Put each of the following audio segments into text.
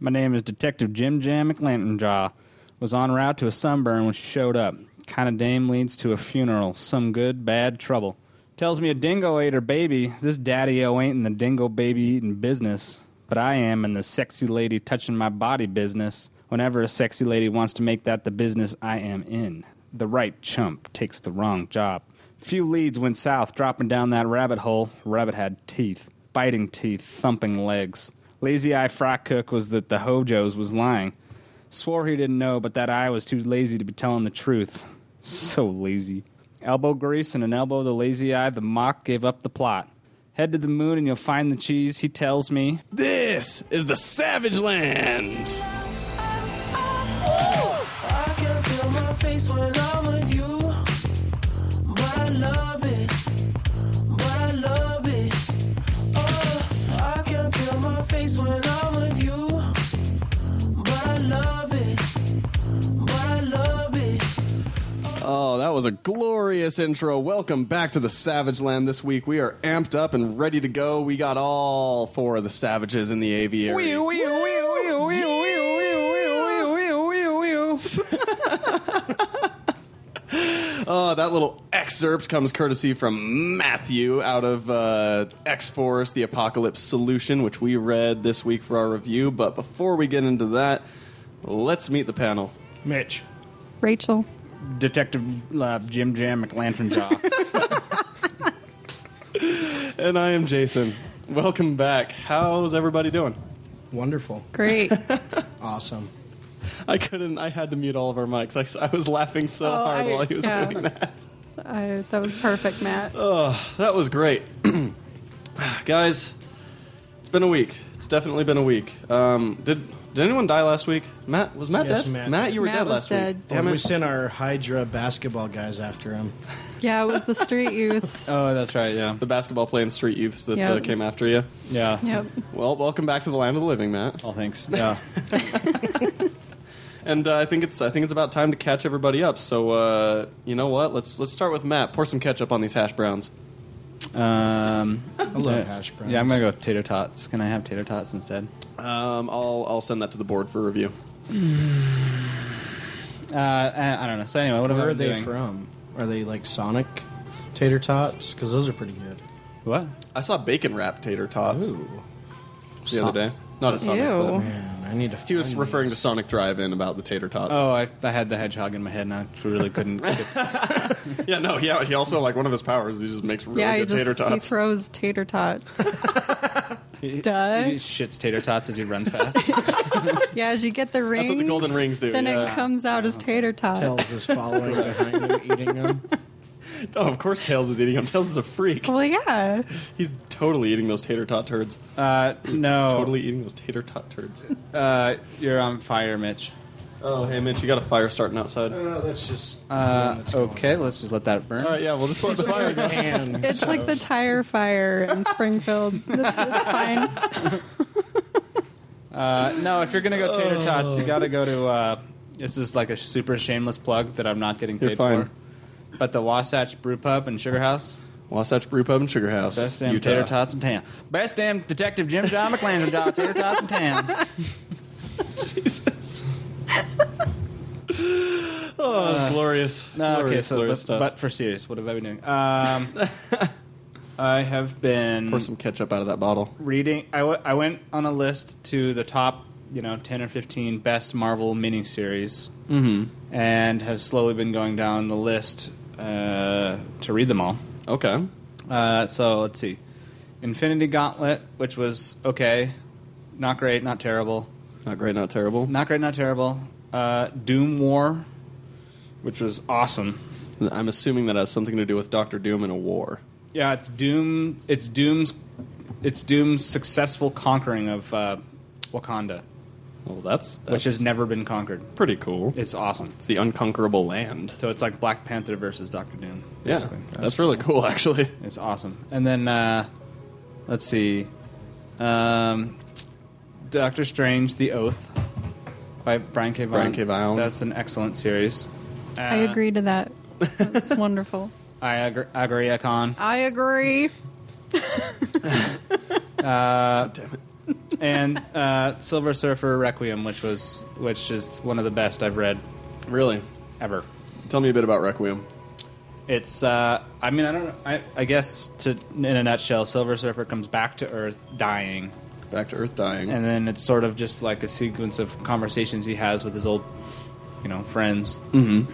My name is Detective Jim Jam McLantonjaw. Was en route to a sunburn when she showed up. Kind of dame leads to a funeral. Some good, bad trouble. Tells me a dingo ate her baby. This daddy-o ain't in the dingo baby eating business, but I am in the sexy lady touching my body business. Whenever a sexy lady wants to make that the business I am in, the right chump takes the wrong job. Few leads went south dropping down that rabbit hole. Rabbit had teeth, biting teeth, thumping legs. Lazy Eye Fry Cook was that the Hojos was lying. Swore he didn't know, but that I was too lazy to be telling the truth. So lazy. Elbow grease and an elbow to Lazy Eye, the mock gave up the plot. Head to the moon and you'll find the cheese, he tells me. This is the Savage Land. I can feel my face when I'm with you. But I love it. But I love it. Oh, I can feel my face when I'm with you. But I love it. But I love it. Oh, that was a glorious intro. Welcome back to the Savage Land this week. We are amped up and ready to go. We got all four of the savages in the aviary. Uh, that little excerpt comes courtesy from Matthew out of uh, X Force The Apocalypse Solution, which we read this week for our review. But before we get into that, let's meet the panel. Mitch. Rachel. Detective uh, Jim Jam McLantonjaw. And I am Jason. Welcome back. How's everybody doing? Wonderful. Great. Awesome. I couldn't. I had to mute all of our mics. I, s- I was laughing so Oh, hard I- while he was yeah. doing that. I, that was perfect, Matt. Oh. That was great, guys. It's been a week. It's definitely been a week. Um, did did anyone die last week? Matt was Matt Yes, dead. Matt. you were Matt dead was last week. dead. Damn And we it. sent our Hydra basketball guys after him. Yeah, it was the street youths. oh, that's right, yeah. The basketball playing street youths that Yeah. uh, came after you. Yeah. Yep. Well, welcome back to the land of the living, Matt. Oh, thanks. Yeah. And uh, I think it's I think it's about time to catch everybody up. So uh, you know what? Let's let's start with Matt. Pour some ketchup on these hash browns. Um, I love hash browns. Yeah, I'm gonna go with tater tots. Can I have tater tots instead? Um, I'll I'll send that to the board for review. Uh, I, I don't know. So anyway, what am Where I are they doing? from? Are they like Sonic tater tots? Because those are pretty good. What? I saw bacon wrap tater tots Ooh. the other day. Not at Sonic. but- Ew. Man, I need to. He was find referring to these. Sonic Drive-In about the tater tots. Oh, I, I had the hedgehog in my head, and I really couldn't. get- yeah, no, yeah. He also like one of his powers. He just makes really yeah, he good just tater he tots. throws tater tots. he, Duh. he shits tater tots as he runs fast. yeah, as you get the rings, what the golden rings do, Then yeah. it comes out as tater tots. Tails is following behind him, eating them. oh, of course, Tails is eating them. Tails is a freak. Well, yeah. He's totally eating those tater tot turds. Uh, no, Totally eating those tater tot turds. Uh, you're on fire, Mitch. oh, hey Mitch, you got a fire starting outside. Uh, that's just. Uh, okay, let's just let that burn. All right, yeah, we'll just let the fire. go. It's like the tire fire in Springfield. It's, it's fine. Uh, no, if you're gonna go Oh. tater tots, you gotta go to. Uh, this is like a super shameless plug that I'm not getting You're paid fine. for. But the Wasatch Brew Pub and Sugar House, Wasatch Brew Pub and Sugar House, best damn Utah. tater tots in town. Best damn Detective Jim John McLandon tater tots in town. Jesus. oh, that's glorious. No, Uh, okay, Glorious, so glorious but, stuff. but for serious, what have I been doing? Um, I have been pour some ketchup out of that bottle. reading. I, w- I went on a list to the top, you know, ten or fifteen best Marvel miniseries, mm-hmm. and have slowly been going down the list uh, to read them all. Okay. Uh, so let's see, Infinity Gauntlet, which was okay, not great, not terrible, Not great, not terrible. not great, not terrible. Uh, Doom War, which was awesome. I'm assuming that has something to do with Doctor Doom and a war. Yeah, it's Doom. It's Doom's. It's Doom's successful conquering of uh, Wakanda, Well, that's, that's which has never been conquered. pretty cool. It's awesome. It's the unconquerable land. So it's like Black Panther versus Doctor Doom. Yeah, basically. that's, really cool, actually. it's awesome. And then uh, let's see, um, Doctor Strange: The Oath by Brian K. Vaughan. Brian K. Vaughan. That's an excellent series. Uh, I Ah. agree to that. That's wonderful. I agree. Agree, Akon. I agree. Damn it. and uh, Silver Surfer Requiem, which was which is one of the best I've read Really? ever. Tell me a bit about Requiem. It's uh, I mean I don't know I, I guess to in a nutshell, Silver Surfer comes back to Earth dying, Back to Earth dying. and then it's sort of just like a sequence of conversations he has with his old, you know, friends. Mm-hmm.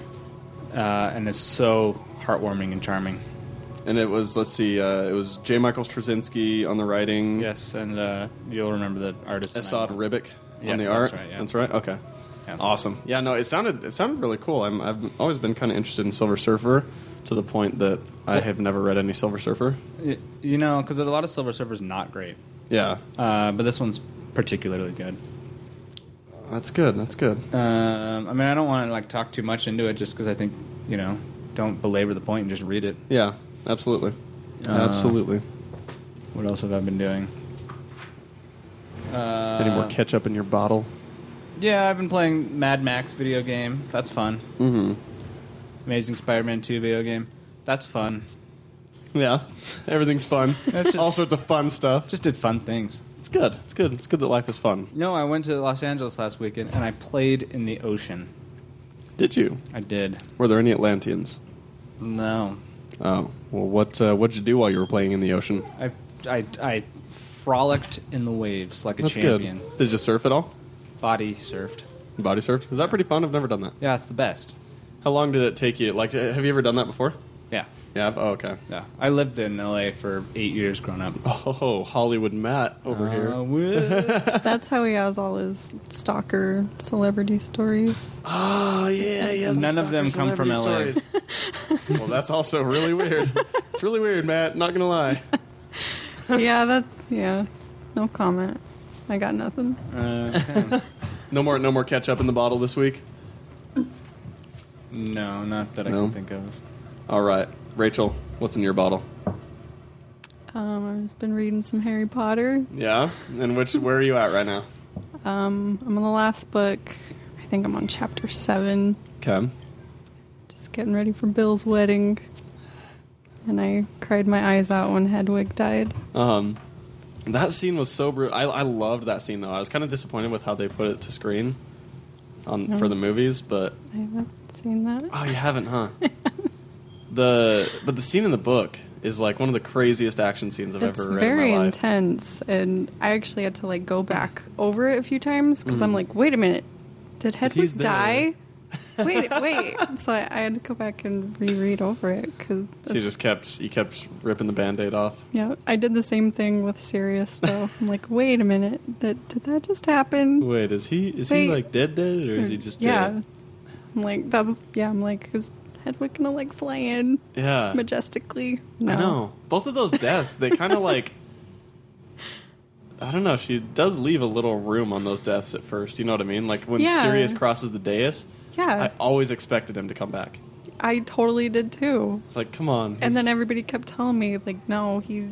Uh, and it's so heartwarming and charming. And it was, let's see, uh, it was J. Michael Straczynski on the writing. Yes, and uh, you'll remember the artist Assad and I- Ribic Yes, on the that's art. right, yeah. That's right. Okay. Yeah. Awesome. Yeah. No, it sounded it sounded really cool. I'm, I've always been kind of interested in Silver Surfer to the point that I have never read any Silver Surfer. Y- You know, because a lot of Silver Surfer's not great, Yeah. uh, but this one's particularly good. That's good. That's good. Um, I mean, I don't want to like talk too much into it, just because I think you know, don't belabor the point and just read it. Yeah. Absolutely. Uh, absolutely. What else have I been doing? Uh, Any more ketchup in your bottle? Yeah, I've been playing Mad Max video game. That's fun. Mm-hmm. Amazing Spider-Man 2 video game. That's fun. Yeah. Everything's fun. That's just- All sorts of fun stuff. Just did fun things. It's good. It's good. It's good that life is fun. No, I went to Los Angeles last weekend and I played in the ocean. Did you? I did. Were there any Atlanteans? No, Oh. Well, what uh, what'd you do while you were playing in the ocean? I, I, I frolicked in the waves like a That's champion. good. Did you surf at all? Body surfed. Body surfed? Is that pretty fun? I've never done that. Yeah, it's the best. How long did it take you? Like, uh, have you ever done that before? Yeah, Yeah. I've, oh, okay. yeah. I lived in LA for eight years growing up. Oh, Hollywood Matt over Uh, here. woo. That's how he has all his stalker celebrity stories. Oh yeah, yeah. the none of them stalker come from celebrity well, that's also really weird. It's really weird, Matt. Not gonna lie. yeah, that. Yeah, no comment. I got nothing. Uh, No more, no more ketchup in the bottle this week. no, not that I No? can think of. All right, Rachel, what's in your bottle? Um, I've just been reading some Harry Potter. Yeah, and which? Where are you at right now? Um, I'm on the last book. I think I'm on chapter seven. Okay. Just getting ready for Bill's wedding. And I cried my eyes out when Hedwig died. Um, that scene was so brutal. I, I loved that scene though. I was kind of disappointed with how they put it to screen on Mm-hmm. for the movies, but I haven't seen that. Oh, you haven't, huh? the but the scene in the book is like one of the craziest action scenes I've It's ever read very in my life. intense, and I actually had to like go back over it a few times because I'm like, wait a minute, did Mm. he's Hedwig there- die? wait, wait. So I, I had to go back and reread over it because So you just kept you kept ripping the band-aid off. yeah, I did the same thing with Sirius though. I'm like, wait a minute, that did that just happen? Wait, is he is Wait. he like dead dead or is he just yeah? dead? I'm like that's yeah. I'm like, is Hedwig gonna like fly in Yeah. majestically? No. I know. Both of those deaths, they kind of like I don't know, she does leave a little room on those deaths at first. You know what I mean? Like when Yeah. Uh. Sirius crosses the dais, Yeah, I always expected him to come back. I totally did too. It's like, come on. And then he's- everybody kept telling me like, no, he's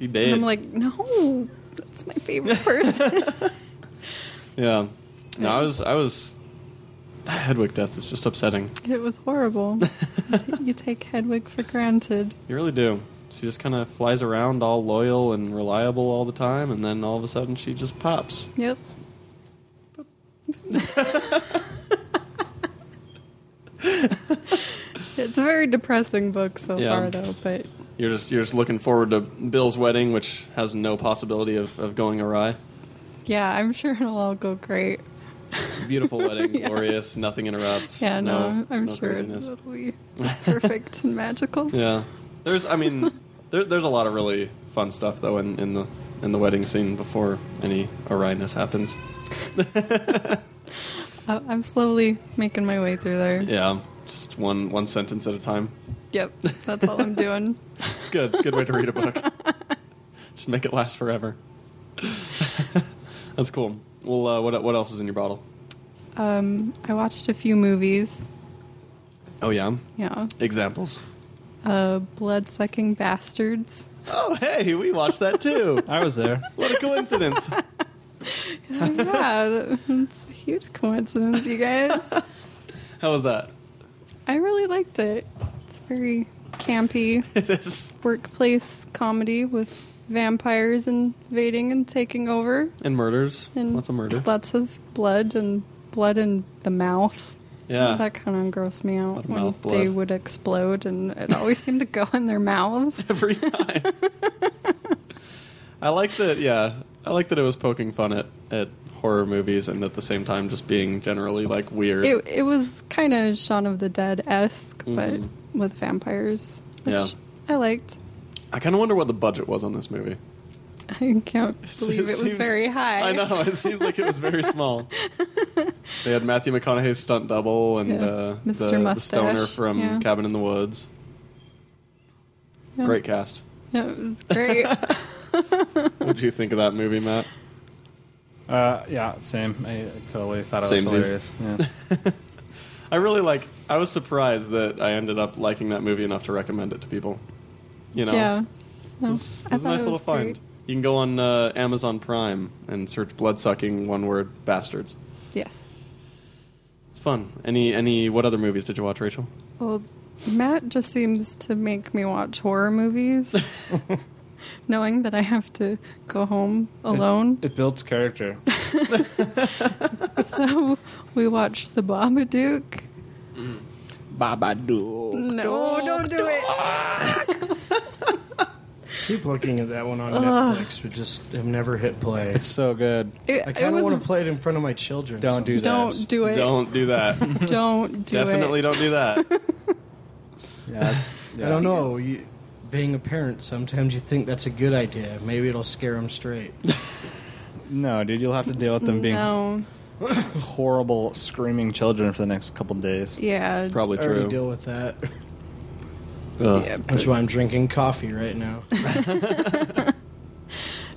he did. And I'm like, no, that's my favorite person. Yeah. No, I was I was that Hedwig death is just upsetting. it was horrible. You ta- you take Hedwig for granted. You really do. She just kind of flies around all loyal and reliable all the time and then all of a sudden she just pops. Yep. it's a very depressing book so Yeah. far, though. But You're just you're just looking forward to Bill's wedding which has no possibility of, of going awry. yeah, I'm sure it'll all go great. Beautiful wedding, Yeah. glorious, nothing interrupts. Yeah, no, I'm no sure craziness. it'll be just perfect and magical. Yeah. There's I mean there, there's a lot of really fun stuff though in, in the in the wedding scene before any awryness happens. I- I'm slowly making my way through there. Yeah. Just one one sentence at a time. Yep, that's all I'm doing. It's good. It's a good way to read a book. Just make it last forever. That's cool. Well, uh, what what else is in your bottle? Um, I watched a few movies. Oh yeah, Yeah. examples. Uh, Blood Sucking Bastards. Oh hey, we watched that too. I was there. what a coincidence! yeah, it's a huge coincidence, you guys. How was that? I really liked it. It's very campy It is. workplace comedy with vampires invading and taking over, and murders. and Lots of murder. lots of blood and blood in the mouth. Yeah. that kind of grossed me out of when mouth blood. they would explode, and it always seemed to go in their mouths. Every time. I like that. Yeah, I like that it was poking fun at at horror movies and at the same time just being generally like weird. It it was kind of Shaun of the Dead esque, Mhm. but with vampires, which Yeah. I liked. I kind of wonder what the budget was on this movie. I can't believe it was seems- very high. I know. It seems like it was very small. they had Matthew McConaughey's stunt double and Yeah. uh, the, Mr. the Mustache, stoner from yeah. Cabin in the Woods. Yeah. Great cast. Yeah, it was great. What did you think of that movie, Matt? Uh, yeah, same. I totally thought it Samesies. was hilarious. Yeah. I really like. I was surprised that I ended up liking that movie enough to recommend it to people. You know, yeah. No, it's, it's I a thought nice it little was find. great. You can go on uh, Amazon Prime and search "bloodsucking one word bastards." Yes. It's fun. Any any what other movies did you watch, Rachel? Well, Matt just seems to make me watch horror movies, knowing that I have to go home alone. It builds character. so we watched The Babadook. Babadook. No, don't do it. Keep looking at that one on Netflix. We just have never hit play. It's so good. It, I it kind of was- want to play it in front of my children. Don't do that. Don't do it. Don't do that. Don't do Definitely it. don't do that. Yeah, that's- yeah. I don't know. You, being a parent, sometimes you think that's a good idea. Maybe it'll scare them straight. No, dude, you'll have to deal with them being No. horrible, screaming children for the next couple days. Yeah. Probably I already true. deal with that. Ugh. Yeah, but- That's why I'm drinking coffee right now.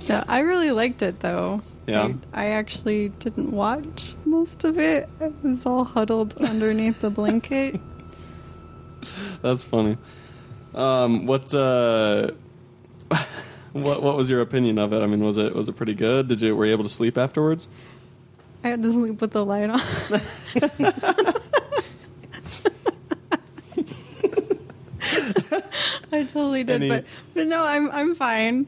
No, I really liked it though. Yeah. I, I actually didn't watch most of it. I was all huddled underneath the blanket. That's funny. Um, what uh, what what was your opinion of it? I mean, was it was it pretty good? Did you were you able to sleep afterwards? I had to sleep with the light on. I totally did, Any- but but no, I'm I'm fine.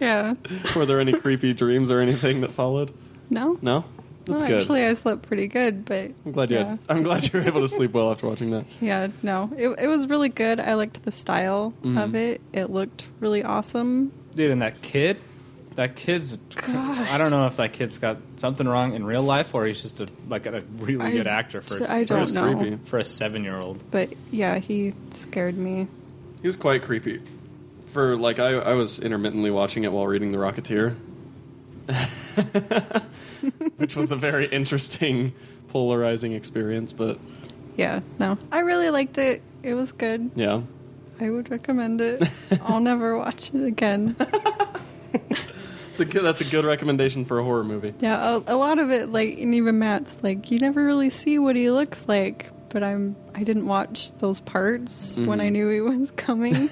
yeah. Were there any creepy dreams or anything that followed? No. No, that's no, good. actually, I slept pretty good, but I'm glad you. yeah. Had, I'm glad you were able to sleep well after watching that. Yeah, no, it, it was really good. I liked the style Mm-hmm. of it. It looked really awesome. Dude, and that kid, that kid's. I don't know if that kid's got something wrong in real life or he's just a, like a really I- good actor for, I for, a, don't know, creepy. for a seven year old. but yeah, he scared me. He was quite creepy. For like, I I was intermittently watching it while reading The Rocketeer, which was a very interesting, polarizing experience. But Yeah, no, I really liked it. It was good. yeah, I would recommend it. I'll never watch it again. it's a good, that's a good recommendation for a horror movie. Yeah, a, a lot of it, like, and even Matt's, like, you never really see what he looks like. But I'm, I didn't watch those parts when Mm-hmm. I knew he was coming,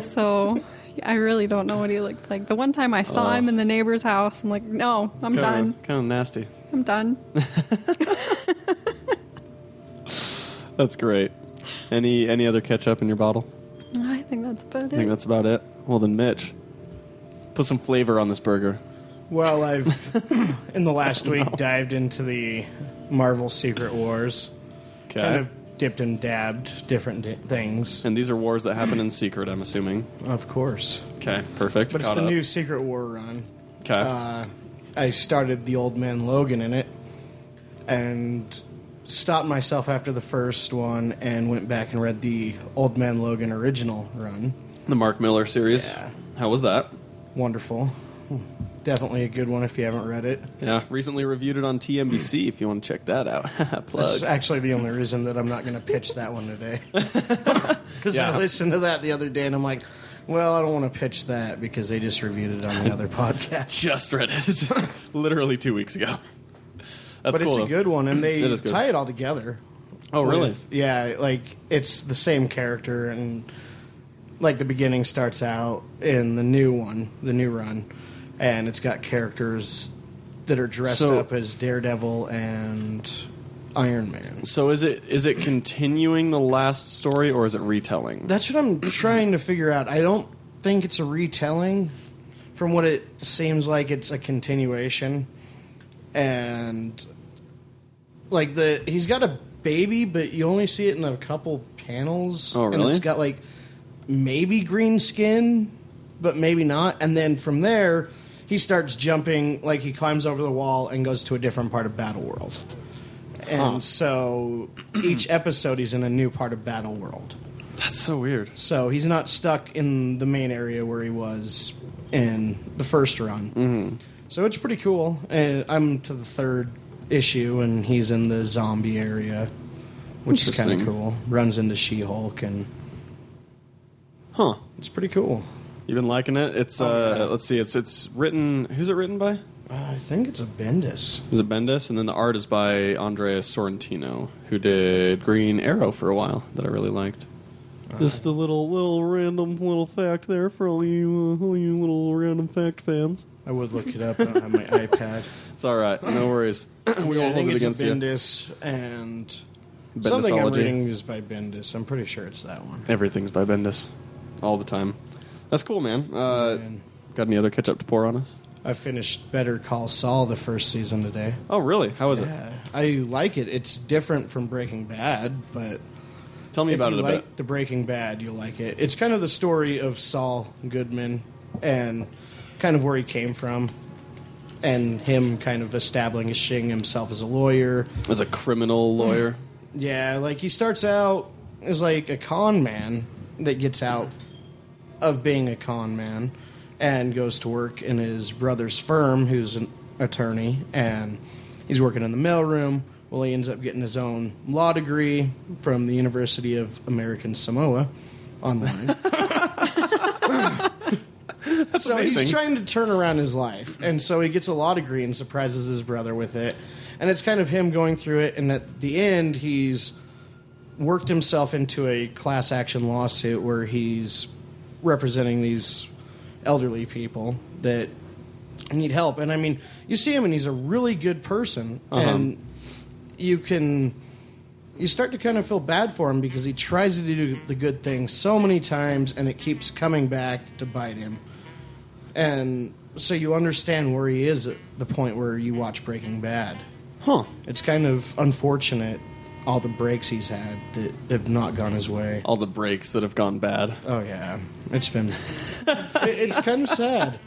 so I really don't know what he looked like. The one time I saw Oh. him in the neighbor's house, I'm like, no, I'm done. Kind of nasty. I'm done. That's great. Any any other ketchup in your bottle? I think that's about I think it. that's about it. Well then, Mitch, put some flavor on this burger. Well, I've in the last week dived into the Marvel Secret Wars. Okay. Kind of dipped and dabbed different di- things. And these are wars that happen in secret. I'm assuming. Of course. Okay. Perfect. But it's the new Secret War run. Okay. Uh, I started the old man Logan in it and stopped myself after the first one and went back and read the old man Logan original run. the Mark Miller series. yeah. How was that? Wonderful. Hmm. Definitely a good one if you haven't read it. Yeah. Recently reviewed it on TMBC. if you want to check that out. Plug. That's actually the only reason that I'm not going to pitch that one today. Because Yeah. I listened to that the other day and I'm like, well, I don't want to pitch that because they just reviewed it on the other podcast. Just read it. Literally two weeks ago. That's But cool. it's a though. good one and they That is good. tie it all together. oh really? with- yeah, like it's the same character, and like the beginning starts out in the new one, the new run, and it's got characters that are dressed So- up as Daredevil and Iron Man. So is it is it continuing the last story or is it retelling? That's what I'm trying to figure out. I don't think it's a retelling. From what it seems like, it's a continuation, and like the he's got a baby, but you only see it in a couple panels. Oh, And really? it's got like maybe green skin, but maybe not. And then from there, he starts jumping, like he climbs over the wall and goes to a different part of Battle World. And so each episode, he's in a new part of Battle World. That's so weird. So he's not stuck in the main area where he was in the first run. Mm-hmm. So it's pretty cool. And I'm to the third issue, and he's in the zombie area, which is kind of Interesting. cool. Runs into She Hulk, and Huh. it's pretty cool. You've been liking it? It's Oh, uh let's see, it's it's written who's it written by? Uh, I think it's a Bendis. Is it Bendis? And then the art is by Andreas Sorrentino, who did Green Arrow for a while that I really liked. Just a little little random little fact there for all you uh, all you little random fact fans. I would look it up. I don't have my iPad. It's all right, no worries. we Yeah, I won't hold think it it's a against you. Bendis, and something I'm Bendisology. reading is by Bendis. I'm pretty sure it's that one. Everything's by Bendis, all the time. That's cool, man. Uh, And Got any other ketchup to pour on us? I finished Better Call Saul the first season today. Oh, really? How is Yeah, I like it. It's different from Breaking Bad, but it? Tell me if about you it a like the Breaking Bad, you'll like it. It's kind of the story of Saul Goodman and kind of where he came from and him kind of establishing himself as a lawyer. bit. As a criminal lawyer, Yeah, like he starts out as like a con man that gets out of being a con man and goes to work in his brother's firm, who's an attorney, and he's working in the mailroom. Well, he ends up getting his own law degree from the University of American Samoa online. so amazing. he's trying to turn around his life, and so he gets a law degree and surprises his brother with it. And it's kind of him going through it, and at the end, he's worked himself into a class action lawsuit where he's representing these elderly people that need help. And I mean, you see him, and he's a really good person, and you can you start to kind of feel bad for him because he tries to do the good thing so many times, and it keeps coming back to bite him. And so you understand where he is at the point where you watch Breaking Bad huh? it's kind of unfortunate all the breaks he's had that have not gone his way. All the breaks that have gone bad. Oh yeah, it's been it- it's kind of sad.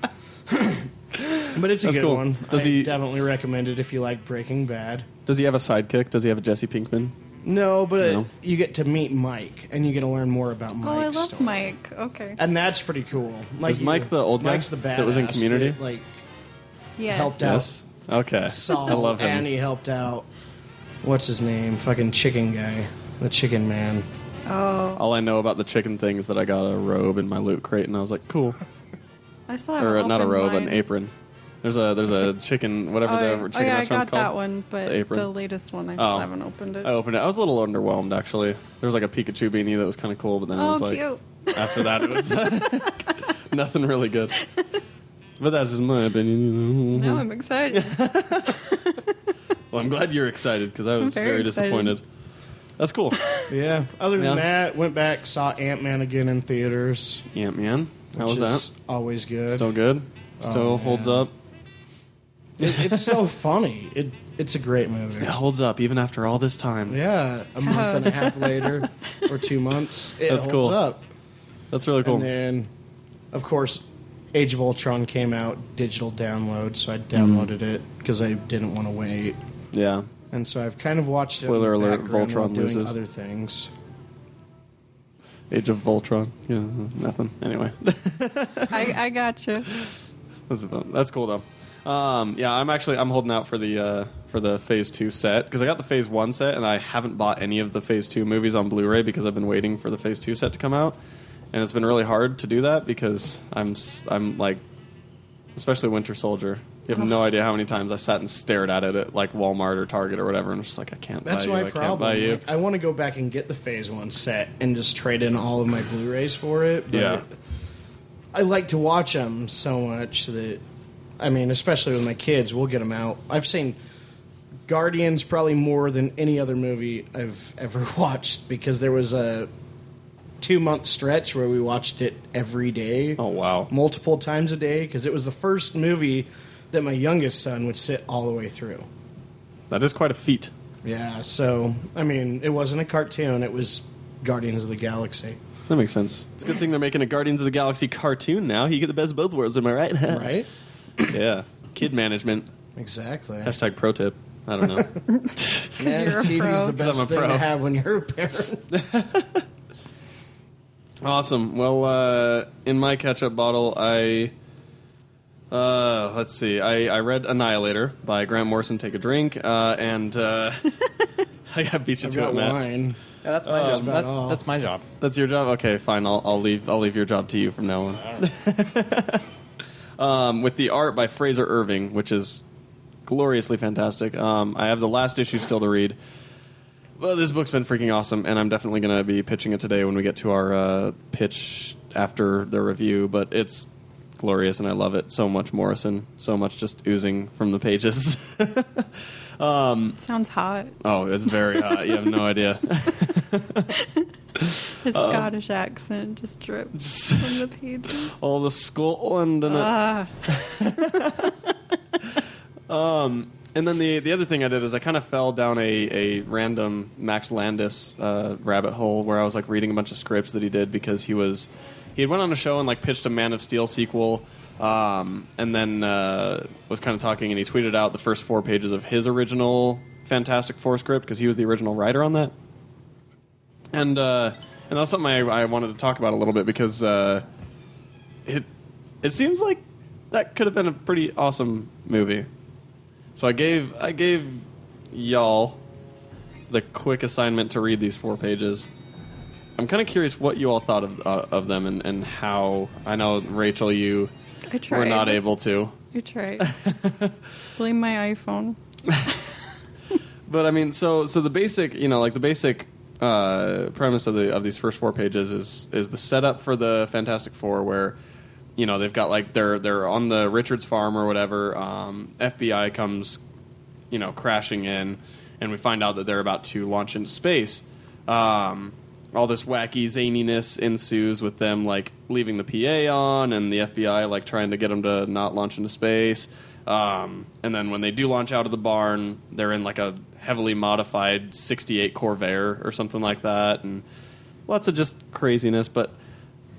but it's a That's good cool. one. Does I he- definitely recommend it if you like Breaking Bad. Does he have a sidekick? Does he have a Jesse Pinkman? No, but No. you get to meet Mike and you get to learn more about Mike's oh, I love story. Mike. Okay. And that's pretty cool. Like Is Mike the old guy Mike's the badass that was in Community? that, like Yes. helped out Yes. Okay. Saul I love him. and he helped out what's his name? Fucking chicken guy. The chicken man. Oh, All I know about the chicken thing is that I got a robe in my loot crate, and I was like, cool. I still have Or uh, an not a open robe, mine. an apron. There's a there's a chicken whatever Oh, the yeah. chicken oh, yeah, I restaurant's got called. that one, but The the, apron. latest one I still Oh. haven't opened it. I opened it. I was a little underwhelmed actually. There was like a Pikachu beanie that was kind of cool, but then it Oh, was like cute. after that it was nothing really good. But that's just my opinion. You know. Now I'm excited. Well, I'm glad you're excited because I was very very, excited. disappointed. That's cool. Yeah. Other than Yeah. that, went back saw Ant Man again in theaters. Ant Man, how was which that? is Always good. Still good. Oh, Still holds man. up. It- it's so funny. It it's a great movie. It holds up even after all this time. Yeah, a month and a half later, or two months, it That's holds cool. up. That's really cool. And then, of course, Age of Ultron came out digital download, so I downloaded it because I didn't want to wait, Yeah. and so I've kind of watched. Spoiler it in the alert, background while Voltron doing loses. other things. Age of Voltron. Yeah, nothing. Anyway. I, I gotcha. That's about, that's cool though. Um, yeah, I'm actually I'm holding out for the uh, for the Phase Two set because I got the Phase One set and I haven't bought any of the Phase Two movies on Blu-ray because I've been waiting for the Phase Two set to come out, and it's been really hard to do that because I'm s- I'm like, especially Winter Soldier. You have no idea how many times I sat and stared at it at like Walmart or Target or whatever, and I'm just like I can't. That's buy my you. I can't problem. buy you. Like, I want to go back and get the Phase One set and just trade in all of my Blu-rays for it. But Yeah. I like to watch them so much that, I mean, especially with my kids, we'll get them out. I've seen Guardians probably more than any other movie I've ever watched because there was a two month stretch where we watched it every day. Oh, wow. multiple times a day because it was the first movie that my youngest son would sit all the way through. That is quite a feat. Yeah, so I mean, it wasn't a cartoon; it was Guardians of the Galaxy, That makes sense. It's a good thing they're making a Guardians of the Galaxy cartoon now. You get the best of both worlds, am I right? right? yeah. Kid management. Exactly. Hashtag pro tip. I don't know. Man, you're a TV's 'Cause the pro. I'm best a thing pro. to have when you're a parent. awesome. Well, uh, in my ketchup bottle, I. Uh, let's see. I, I read Annihilator by Grant Morrison. Take a drink. Uh, and uh, I got beat you I've to it, got Matt. wine. Yeah, that's my job. about all. Um, that's my job. That's your job. Okay, fine. I'll, I'll leave. I'll leave your job to you from now on. um, with the art by Fraser Irving, which is gloriously fantastic. Um, I have the last issue still to read. Well, this book's been freaking awesome, and I'm definitely going to be pitching it today when we get to our uh, pitch after the review. But it's glorious, and I love it so much. Morrison, so much just oozing from the pages. Sounds hot. oh, it's very hot. You have no idea. His Uh, Scottish accent just drips from the pages. All the Scotland and it. Ah, Um, And then the the other thing I did is I kind of fell down a, a random Max Landis uh, rabbit hole where I was like reading a bunch of scripts that he did because he was he had went on a show and like pitched a Man of Steel sequel, um, and then uh, was kind of talking and he tweeted out the first four pages of his original Fantastic Four script because he was the original writer on that, and uh, and that's something I, I wanted to talk about a little bit because uh, it it seems like that could have been a pretty awesome movie. So I gave I gave y'all the quick assignment to read these four pages. I'm kind of curious what you all thought of uh, of them and, and how I know Rachel you I tried. were not able to. I tried. Blame my iPhone. But I mean, so so the basic, you know, like the basic uh, premise of the of these first four pages is is the setup for the Fantastic Four, where you know they've got like they're they're on the Richards farm or whatever. Um, FBI comes, you know, crashing in, and we find out that they're about to launch into space. Um, all this wacky zaniness ensues with them like leaving the PA on and the FBI like trying to get them to not launch into space. Um, and then when they do launch out of the barn, they're in like a heavily modified 68 Corvair or something like that, and lots of just craziness. But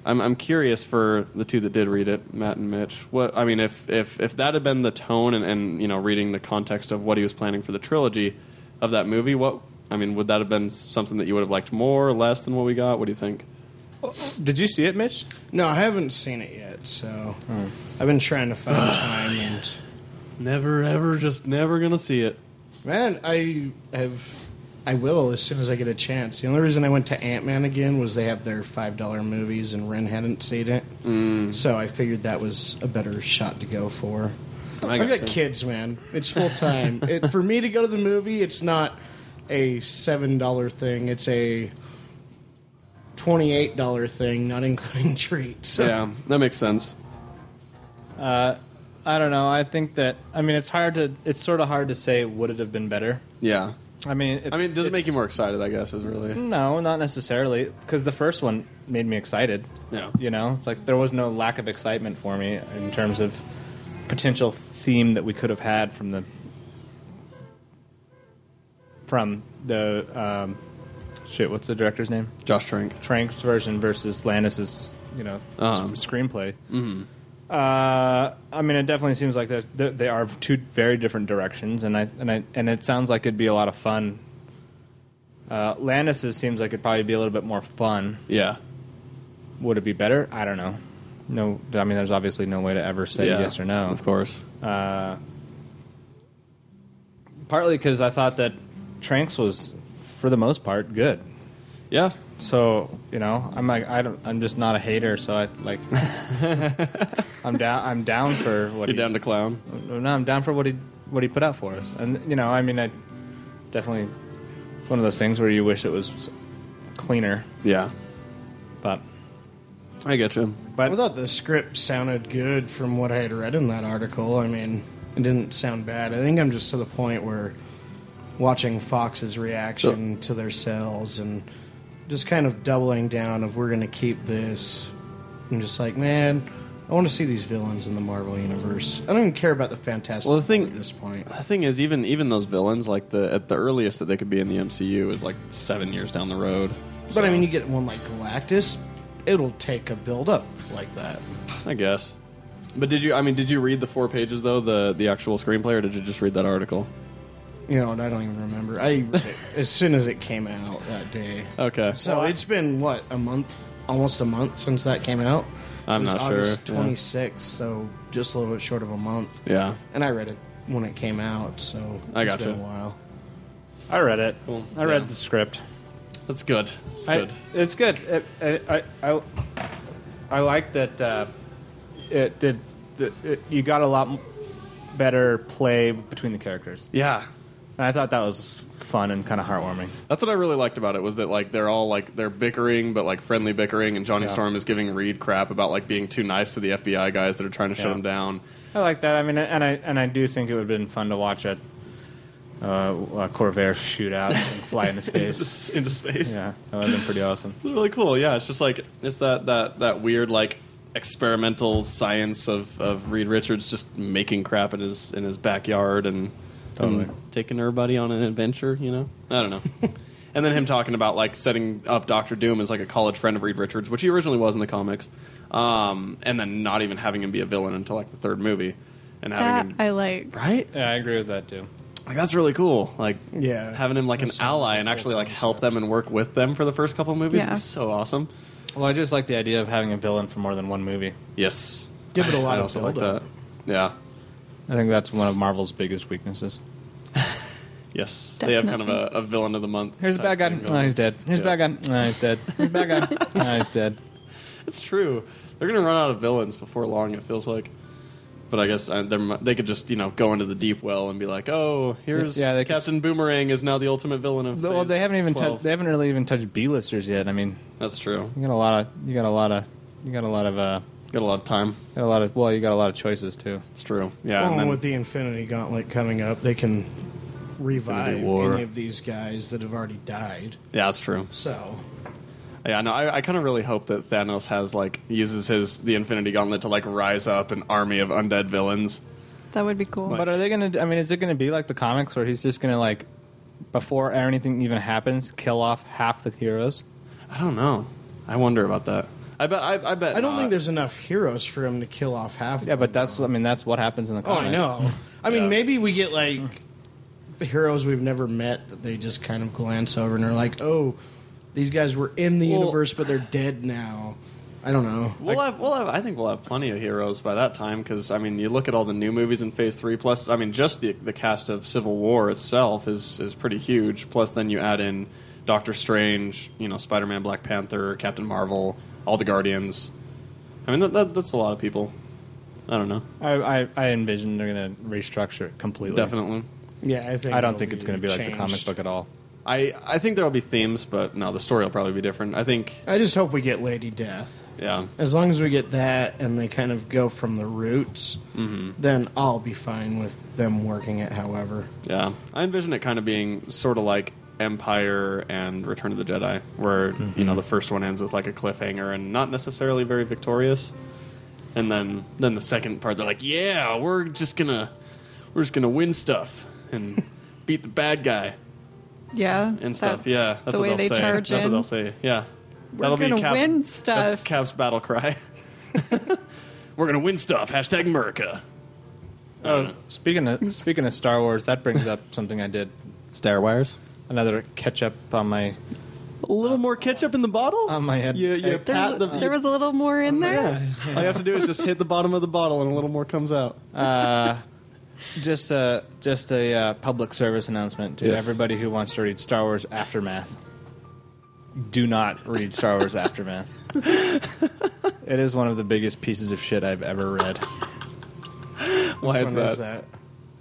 I'm I'm curious for the two that did read it, Matt and Mitch. What I mean, if if if that had been the tone and, and you know reading the context of what he was planning for the trilogy of that movie, what I mean, would that have been something that you would have liked more or less than what we got? What do you think? Did you see it, Mitch? No, I haven't seen it yet, so Hmm. I've been trying to find time. And Never ever, just never gonna see it. man, I have, I will as soon as I get a chance. The only reason I went to Ant Man again was they have their five dollar movies, and Ren hadn't seen it, Hmm. so I figured that was a better shot to go for. I I've got kids, man. It's full time. it, for me to go to the movie, it's not a seven dollar thing. It's a twenty eight dollar thing, not including treats. Yeah, that makes sense. I don't know. I think that I mean it's hard to it's sort of hard to say would it have been better. Yeah, I mean, it's, I mean, does it make it's- you more excited? I guess is really No, not necessarily, because the first one made me excited. yeah. You know, it's like there was no lack of excitement for me in terms of potential theme that we could have had from the from the um, shit. What's the director's name? Josh Trank. Trank's version versus Landis's, you know, s- Um. Mm-hmm. screenplay. Uh, I mean, it definitely seems like they're- they they are two very different directions, and I and I and it sounds like it'd be a lot of fun. Uh, Landis's seems like it'd probably be a little bit more fun. Yeah, Would it be better? I don't know. No, I mean, there's obviously no way to ever say yeah. yes or no Of course. partly because I thought that Tranks was, for the most part, good. Yeah, So you know, I'm like, I don't, I'm just not a hater. So I like, I'm down, I'm down for what you're he, down to clown. No, I'm down for what he, what he put out for us. And you know, I mean, I definitely, it's one of those things where you wish it was cleaner, Yeah, but I get you. but I thought the script sounded good from what I had read in that article. I mean, it didn't sound bad. I think I'm just to the point where watching Fox's reaction to their cells and just kind of doubling down of we're going to keep this. I'm just like, man, I want to see these villains in the Marvel universe. I don't even care about the Fantastic Well, the thing- Four at this point. The thing is, even even those villains, like the at the earliest that they could be in the MCU is like seven years down the road. But I mean, you get one like Galactus, it'll take a build up like that. I guess. But did you? I mean, did you read the four pages though? The the actual screenplay, or did you just read that article? You know, and I don't even remember. I as soon as it came out that day. Okay. So it's been what a month, almost a month since that came out. I'm it was not sure, August yeah. 26th, so just a little bit short of a month. yeah. And I read it when it came out, so I it's gotcha. been a while. I read it. Cool. I read Yeah. the script. That's good. That's I- good. it's good. It, I, I, I, I like that uh, it did. The, it, you got a lot m- better play between the characters. Yeah. And I thought that was fun and kind of heartwarming. That's what I really liked about it was that like they're all like they're bickering but like friendly bickering and Johnny Yeah. Storm is giving Reed crap about like being too nice to the FBI guys that are trying to shut Yeah. him down. I like that. I mean, and I and I do think it would have been fun to watch a, uh, a Corvair shootout and fly into space. Just into space. yeah, that would have been pretty awesome. It's really cool. Yeah, it's just like it's that that that weird like experimental science of of Reed Richards just making crap in his in his backyard and, Totally. and taking everybody on an adventure. You know, I don't know. and then him talking about like setting up Doctor Doom as like a college friend of Reed Richards, which he originally was in the comics, um, and then not even having him be a villain until like the third movie, and That having him I like. right Yeah, I agree with that too. like that's really cool. Like Yeah. having him like an That's a ally and cool actually like help concept. them and work with them for the first couple movies Yeah. was so awesome. Well, I just like the idea of having a villain for more than one movie. Yes. Give it a lot I of also like build-up. that. Yeah. I think that's one of Marvel's biggest weaknesses. Yes. They have kind of a, a villain of the month. Here's a type bad guy. thing No, going he's on. dead. Here's Yeah. a bad guy. No, he's dead. Here's a bad guy. No, he's dead. It's true. They're going to run out of villains before long, it feels like. But I guess uh, they're mu- they could just, you know, go into the deep well and be like, oh, here's Yeah, they could Captain Boomerang is now the ultimate villain of Well, phase they haven't even 12. touched. they haven't really even touched B-listers yet. I mean, That's true. you got a lot of you got a lot of you got a lot of uh Got a lot of time. got a lot of well you got a lot of choices too. It's true. Yeah. Well, and then- with the Infinity Gauntlet coming up, they can revive War. any of these guys that have already died. yeah, that's true. So Yeah, no, I, I kind of really hope that Thanos has like uses his the Infinity Gauntlet to like rise up an army of undead villains. That would be cool. But are they gonna? I mean, is it gonna be like the comics where he's just gonna like before anything even happens, kill off half the heroes? I don't know. I wonder about that. I bet. I, I bet. I don't not. think there's enough heroes for him to kill off half. Yeah, of but them, that's I mean that's what happens in the Oh, comics. I know. I mean, Yeah. maybe we get like the heroes we've never met that they just kind of glance over and are like, "Oh, these guys were in the Well- universe, but they're dead now." I don't know. We'll have, we'll have. I think we'll have plenty of heroes by that time because I mean, you look at all the new movies in Phase Three. Plus, I mean, just the the cast of Civil War itself is is pretty huge. Plus, then you add in Doctor Strange, you know, Spider Man, Black Panther, Captain Marvel, all the Guardians. I mean, that, that that's a lot of people. I don't know. I I, I envision they're gonna restructure it completely. Definitely. Yeah, I think I don't it'll think it's gonna be like the comic changed. book at all. I I think there will be themes, but no, the story will probably be different. I think. I just hope we get Lady Death. Yeah. As long as we get that and they kind of go from the roots, Mm-hmm. then I'll be fine with them working it. However, Yeah, I envision it kind of being sort of like Empire and Return of the Jedi, where you know the first one ends with like a cliffhanger and not necessarily very victorious, and then then the second part they're like, yeah, we're just gonna we're just gonna win stuff and beat the bad guy yeah, and stuff. that's Yeah, that's the what way they'll they say. charge that's in. what they'll say. Yeah, We're gonna win stuff. That's Cap's battle cry. we're gonna win stuff. Hashtag America. Oh, speaking of speaking of Star Wars, that brings up something I did. Star Wires. Another catch up on my A little more ketchup in the bottle on my head. You, you There's- pat the, there was a little more in there. All you have to do is just hit the bottom of the bottle, and a little more comes out. Just a just a uh, public service announcement to Yes. everybody who wants to read Star Wars Aftermath. Do not read Star Wars Aftermath. it is one of the biggest pieces of shit I've ever read. Why Which one is that?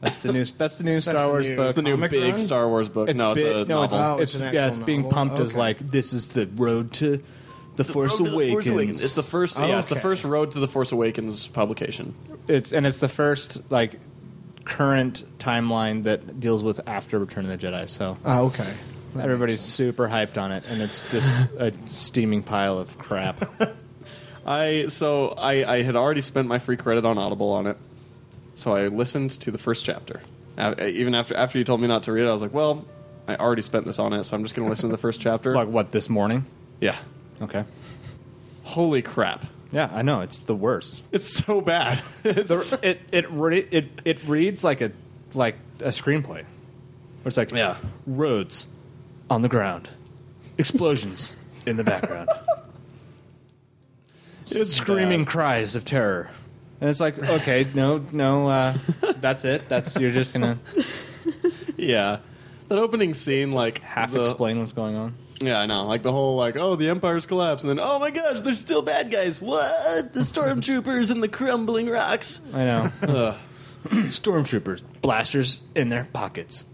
That's the new that's the new Star the Wars new- book. It's the new Comic big run? Star Wars book. It's no, it's big- a no, it's, novel. Oh, it's it's- an yeah, it's actual being novel. pumped as Okay. like this is the road to Oh, the, Force, Awakens. It's the first. Yeah, it's the Okay. first Road to the Force Awakens publication. It's and it's the first like current timeline that deals with after Return of the Jedi. So Oh, okay. Everybody's super hyped on it, and it's just a steaming pile of crap. I so I, I had already spent my free credit on Audible on it, so I listened to the first chapter. A- Even after after you told me not to read it, I was like, well, I already spent this on it, so I'm just going to listen to the first chapter. like what this morning? yeah, Okay. holy crap, Yeah, I know it's the worst. it's so bad. It's The, it it re- it it reads like a like a screenplay. Where it's like Yeah. roads on the ground, explosions in the background, screaming cries of terror, and it's like okay, no, no, uh, that's it. That's you're just gonna yeah. That opening scene, like half the- explain what's going on. Yeah, I know. Like the whole like, oh, the empire's collapsed, and then oh my gosh, there's still bad guys. What? The stormtroopers and the crumbling rocks. I know. Stormtroopers, blasters in their pockets,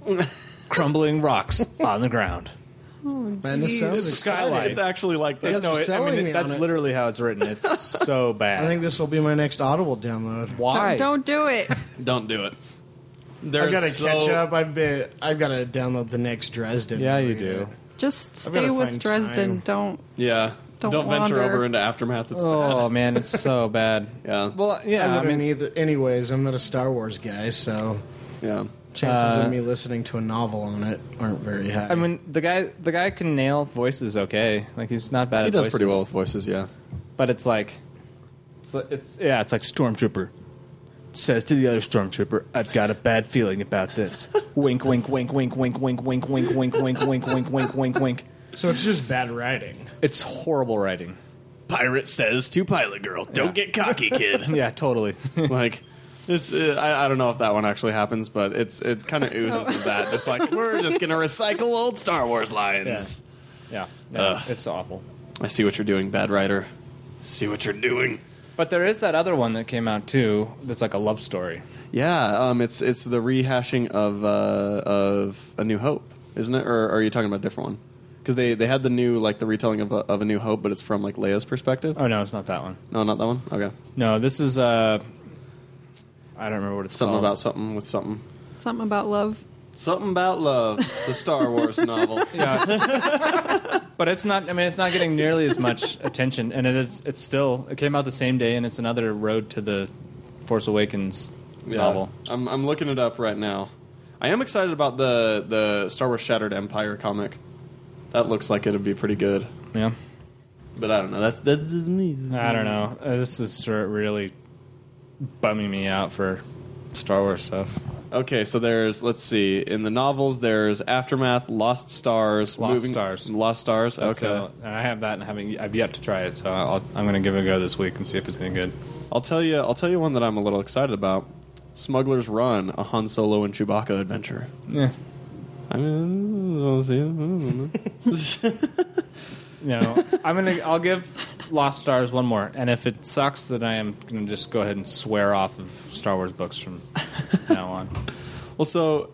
crumbling rocks on the ground. Man, this sounds Skylight. It's actually like that. Yeah, No, You're it, I selling mean me that's on it. literally how it's written. It's so bad. I think this will be my next Audible download. Why? Don't, don't do it. Don't do it. There's I've got to so- catch up. I've been. I've got to download the next Dresden. Yeah, you Read do. it. Just gotta stay with find Dresden. time. Don't. Yeah. Don't venture wander. over into aftermath. It's Oh man, it's so bad. Yeah. Well, I'm yeah. not I mean, either, anyways, I'm not a Star Wars guy, so yeah. chances Uh, of me listening to a novel on it aren't very high. I mean, the guy, the guy can nail voices. Okay, like he's not bad. He at does voices, pretty well with voices. Yeah. but it's like, it's, like- it's yeah, it's like stormtrooper says to the other stormtrooper, "I've got a bad feeling about this." wink, wink, wink, wink, wink, wink, wink, wink, wink, wink, wink, wink, wink, wink, wink. so it's just bad writing. It's horrible writing. Pirate says to Pilot Girl, "Don't get cocky, kid." Yeah, totally. like. It's, uh, I, I don't know if that one actually happens, but it's it kind of oozes of that. Just like we're just gonna recycle old Star Wars lines. yeah, yeah Ugh. it's awful. I see what you're doing, Bad Writer. See what you're doing. But there is that other one that came out too. That's like a love story. Yeah, um, it's it's the rehashing of uh, of A New Hope, isn't it? Or, are you talking about a different one? Because they, they had the new like the retelling of a, of A New Hope, but it's from like Leia's perspective. Oh no, it's not that one. No, not that one. Okay, No, this is uh I don't remember what it's something called. about something with something. Something about love. Um, Something about love, the Star Wars novel. but it's not I mean it's not getting nearly as much attention and it is it's still it came out the same day and it's another road to the Force Awakens novel. I'm I'm looking it up right now. I am excited about the the Star Wars Shattered Empire comic. That looks like it'd be pretty good, Yeah. but I don't know. That's that's just me. I don't know. Uh, This is sort of really bumming me out for Star Wars stuff. Okay, so there's let's see. In the novels, there's Aftermath, Lost Stars, Lost Stars. Lost Stars. Okay, So, and uh, I have that and haven't I've yet to try it, so I'll, I'm going to give it a go this week and see if it's any good. I'll tell you. I'll tell you one that I'm a little excited about. Smuggler's Run: A Han Solo and Chewbacca adventure. Yeah. I mean, I don't see it. I don't know. No, I'm gonna. I'll give Lost Stars one more, and if it sucks, then I am gonna just go ahead and swear off of Star Wars books from now on. Well, so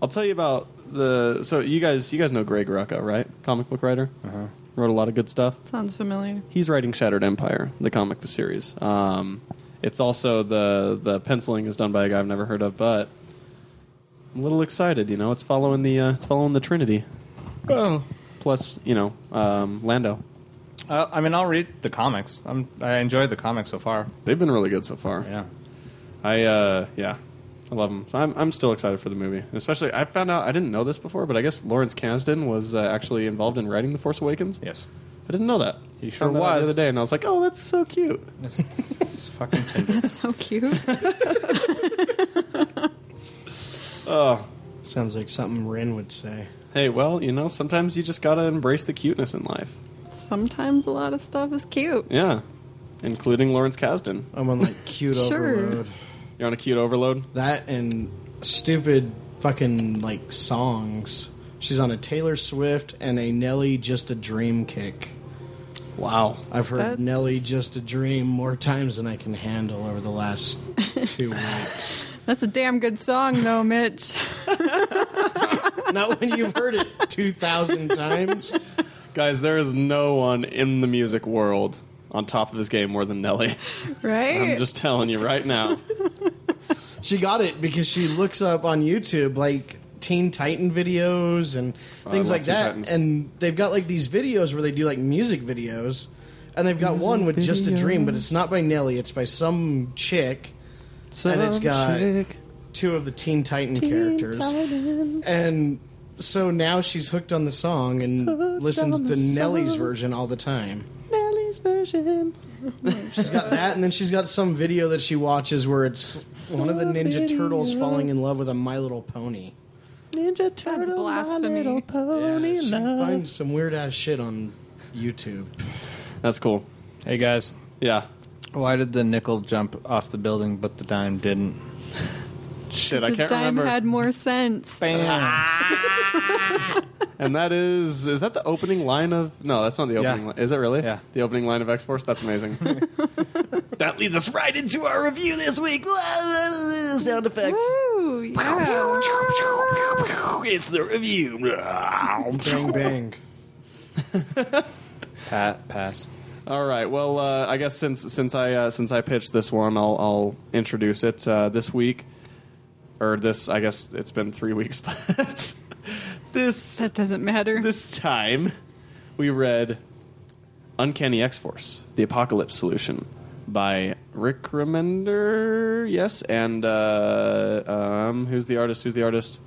I'll tell you about the. So you guys, you guys know Greg Rucka, right? Comic book writer. Uh-huh. Wrote a lot of good stuff. Sounds familiar. he's writing Shattered Empire, the comic book series. Um, it's also the the penciling is done by a guy I've never heard of, but I'm a little excited. You know, it's following the uh, it's following the Trinity. Oh, Plus, you know, um, Lando. Uh, I mean, I'll read the comics. I'm. I enjoyed the comics so far. They've been really good so far. Yeah. I uh, yeah, I love them. So I'm I'm still excited for the movie. And especially, I found out I didn't know this before, but I guess Lawrence Kasdan was uh, actually involved in writing The Force Awakens. Yes. I didn't know that. He Found sure that out was. the other day, and I was like, oh, that's so cute. It's, it's- it's fucking tender. That's so cute. sounds like something Rin would say. Hey, well, you know, sometimes you just gotta embrace the cuteness in life. Sometimes a lot of stuff is cute. Yeah, including Lawrence Kasdan. I'm on like cute Sure. overload. You're on a cute overload. That and stupid fucking like songs. She's on a Taylor Swift and a Nelly Just a Dream kick. Wow. I've heard That's- Nelly Just a Dream more times than I can handle over the last two weeks. That's a damn good song, though, Mitch. Not when you've heard it 2,000 times. Guys, there is no one in the music world on top of his game more than Nelly. Right? I'm just telling you right now. She got it because she looks up on YouTube like Teen Titan videos and things Oh, love like Teen that. Titans. And they've got like these videos where they do like music videos, and they've got one with "Just a Dream," but it's not by Nelly; it's by some chick. and it's got two of the Teen Titan characters, and so now she's hooked on the song and listens to Nelly's version all the time. She's got that, and then she's got some video that she watches where it's one of the Ninja Turtles falling in love with a My Little Pony. That's blasphemy. Yeah, she finds some weird ass shit on YouTube. That's cool. Hey guys, Yeah. why did the nickel jump off the building but the dime didn't? Shit, I The can't dime remember. had more sense. and that is is that the opening line of No, that's not the opening Yeah. line. Is it really? Yeah. The opening line of X Force? That's amazing. that leads us right into our review this week. Sound effects. Woo, yeah. It's the review. Bang bang. Pat, pass. All right. Well, uh, I guess since since I uh, since I pitched this one, I'll, I'll introduce it uh, this week, or this. I guess it's been three weeks, but this That doesn't matter. this time we read Uncanny X Force: The Apocalypse Solution by Rick Remender. Yes, and uh, um, who's the artist? Who's the artist?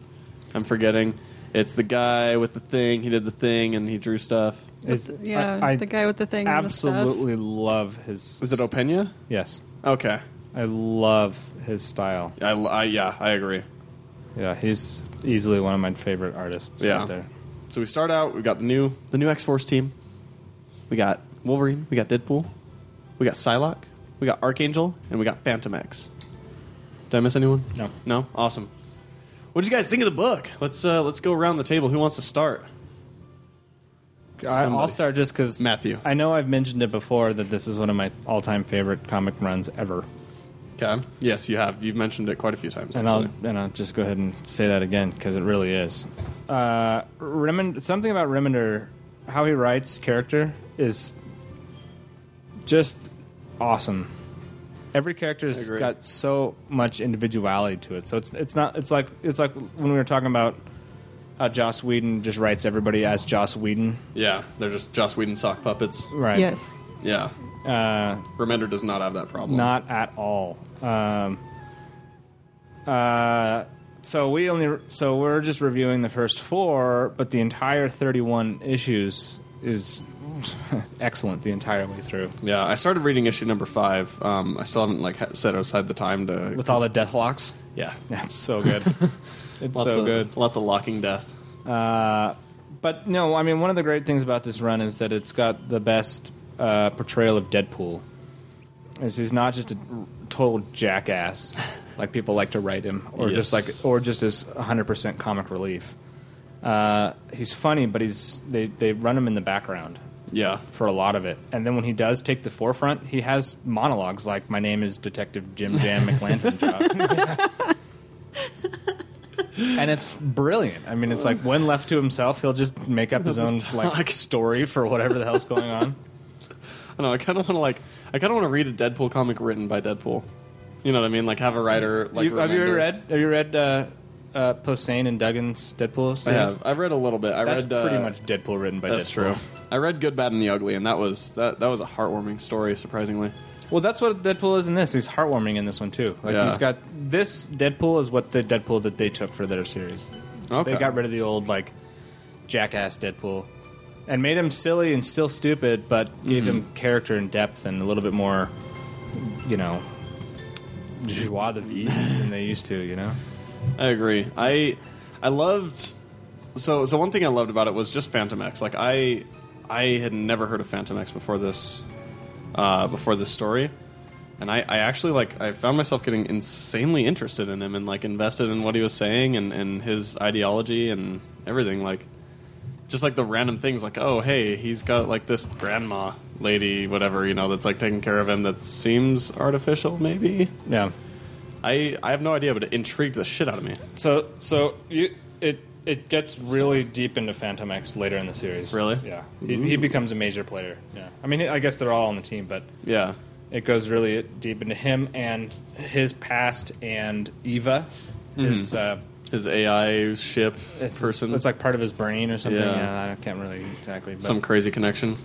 I'm forgetting. It's the guy with the thing. He did the thing, and he drew stuff. Is, yeah, I- I the guy with the thing and the stuff. absolutely love his. Is it Opena? Yes, Okay. I love his style. I, I yeah, I agree. Yeah, he's easily one of my favorite artists Yeah. out there. So we start out. We've got the new the new X Force team. We got Wolverine. We got Deadpool. We got Psylocke. We got Archangel, and we got Phantom X. Did I miss anyone? No. No. Awesome. What did you guys think of the book? Let's uh, let's go around the table. Who wants to start? I, I'll Somebody. start just because Matthew. I know I've mentioned it before that this is one of my all-time favorite comic runs ever, Okay. Yes, you have. You've mentioned it quite a few times. and I'll actually. and I'll just go ahead and say that again because it really is. Uh, Remond- something about Remender, how he writes character is just awesome. Every character's agree. got so much individuality to it, so it's it's not it's like it's like when we were talking about how Joss Whedon just writes everybody as Joss Whedon, Yeah, they're just Joss Whedon sock puppets. right? Yes. Yeah. Uh, Remender does not have that problem. Not at all. Um, uh, so we only so we're just reviewing the first four, but the entire thirty-one issues is excellent the entire way through. Yeah, I started reading issue number five. Um, I still haven't like ha- set aside the time to With all the deathlocks, yeah, that's so good. it's lots so of, good. Lots of locking death. Uh, but no, I mean one of the great things about this run is that it's got the best uh, portrayal of Deadpool. Is he's not just a total jackass like people like to write him, or just like, Yes. or just as 100% comic relief. Uh, he's funny, but he's they, they run him in the background Yeah, for a lot of it, and then when he does take the forefront, he has monologues like "My name is Detective Jim Jam McLanton Job," and it's brilliant. I mean, it's like when left to himself, he'll just make up his own like story for whatever the hell's going on. I know. I kind of want to like. I kind of want to read a Deadpool comic written by Deadpool. You know what I mean? Like have a writer. Like You- have you Remender. ever read? Have you read uh, uh, Posehn and Duggan's Deadpool? I Series? have. I've read a little bit. I That's read uh, pretty much Deadpool written by That's true. Deadpool. I read Good, Bad, and the Ugly, and that was that. That was a heartwarming story, surprisingly. Well, that's what Deadpool is in this. He's heartwarming in this one too. Like Yeah. he's got this Deadpool is what the Deadpool that they took for their series. Okay. They got rid of the old like jackass Deadpool and made him silly and still stupid, but gave Mm-hmm. him character and depth and a little bit more, you know, joie de vivre than they used to. You know, I agree. I I loved so so one thing I loved about it was just Phantom X. Like I I had never heard of Phantom X before this uh, before this story. And I, I actually like I found myself getting insanely interested in him and like invested in what he was saying and, and his ideology and everything, like just like the random things like, oh hey, he's got like this grandma lady, whatever, you know, that's like taking care of him that seems artificial, maybe. yeah. I, I have no idea, but it intrigued the shit out of me. So so you it it gets really deep into Phantom X later in the series. Really? Yeah. He, he becomes a major player. Yeah. I mean, I guess they're all on the team, but Yeah. it goes really deep into him and his past and Eva, his uh, His AI ship It's, person. It's like part of his brain or something. Yeah. Yeah, I can't really exactly. But some crazy connection.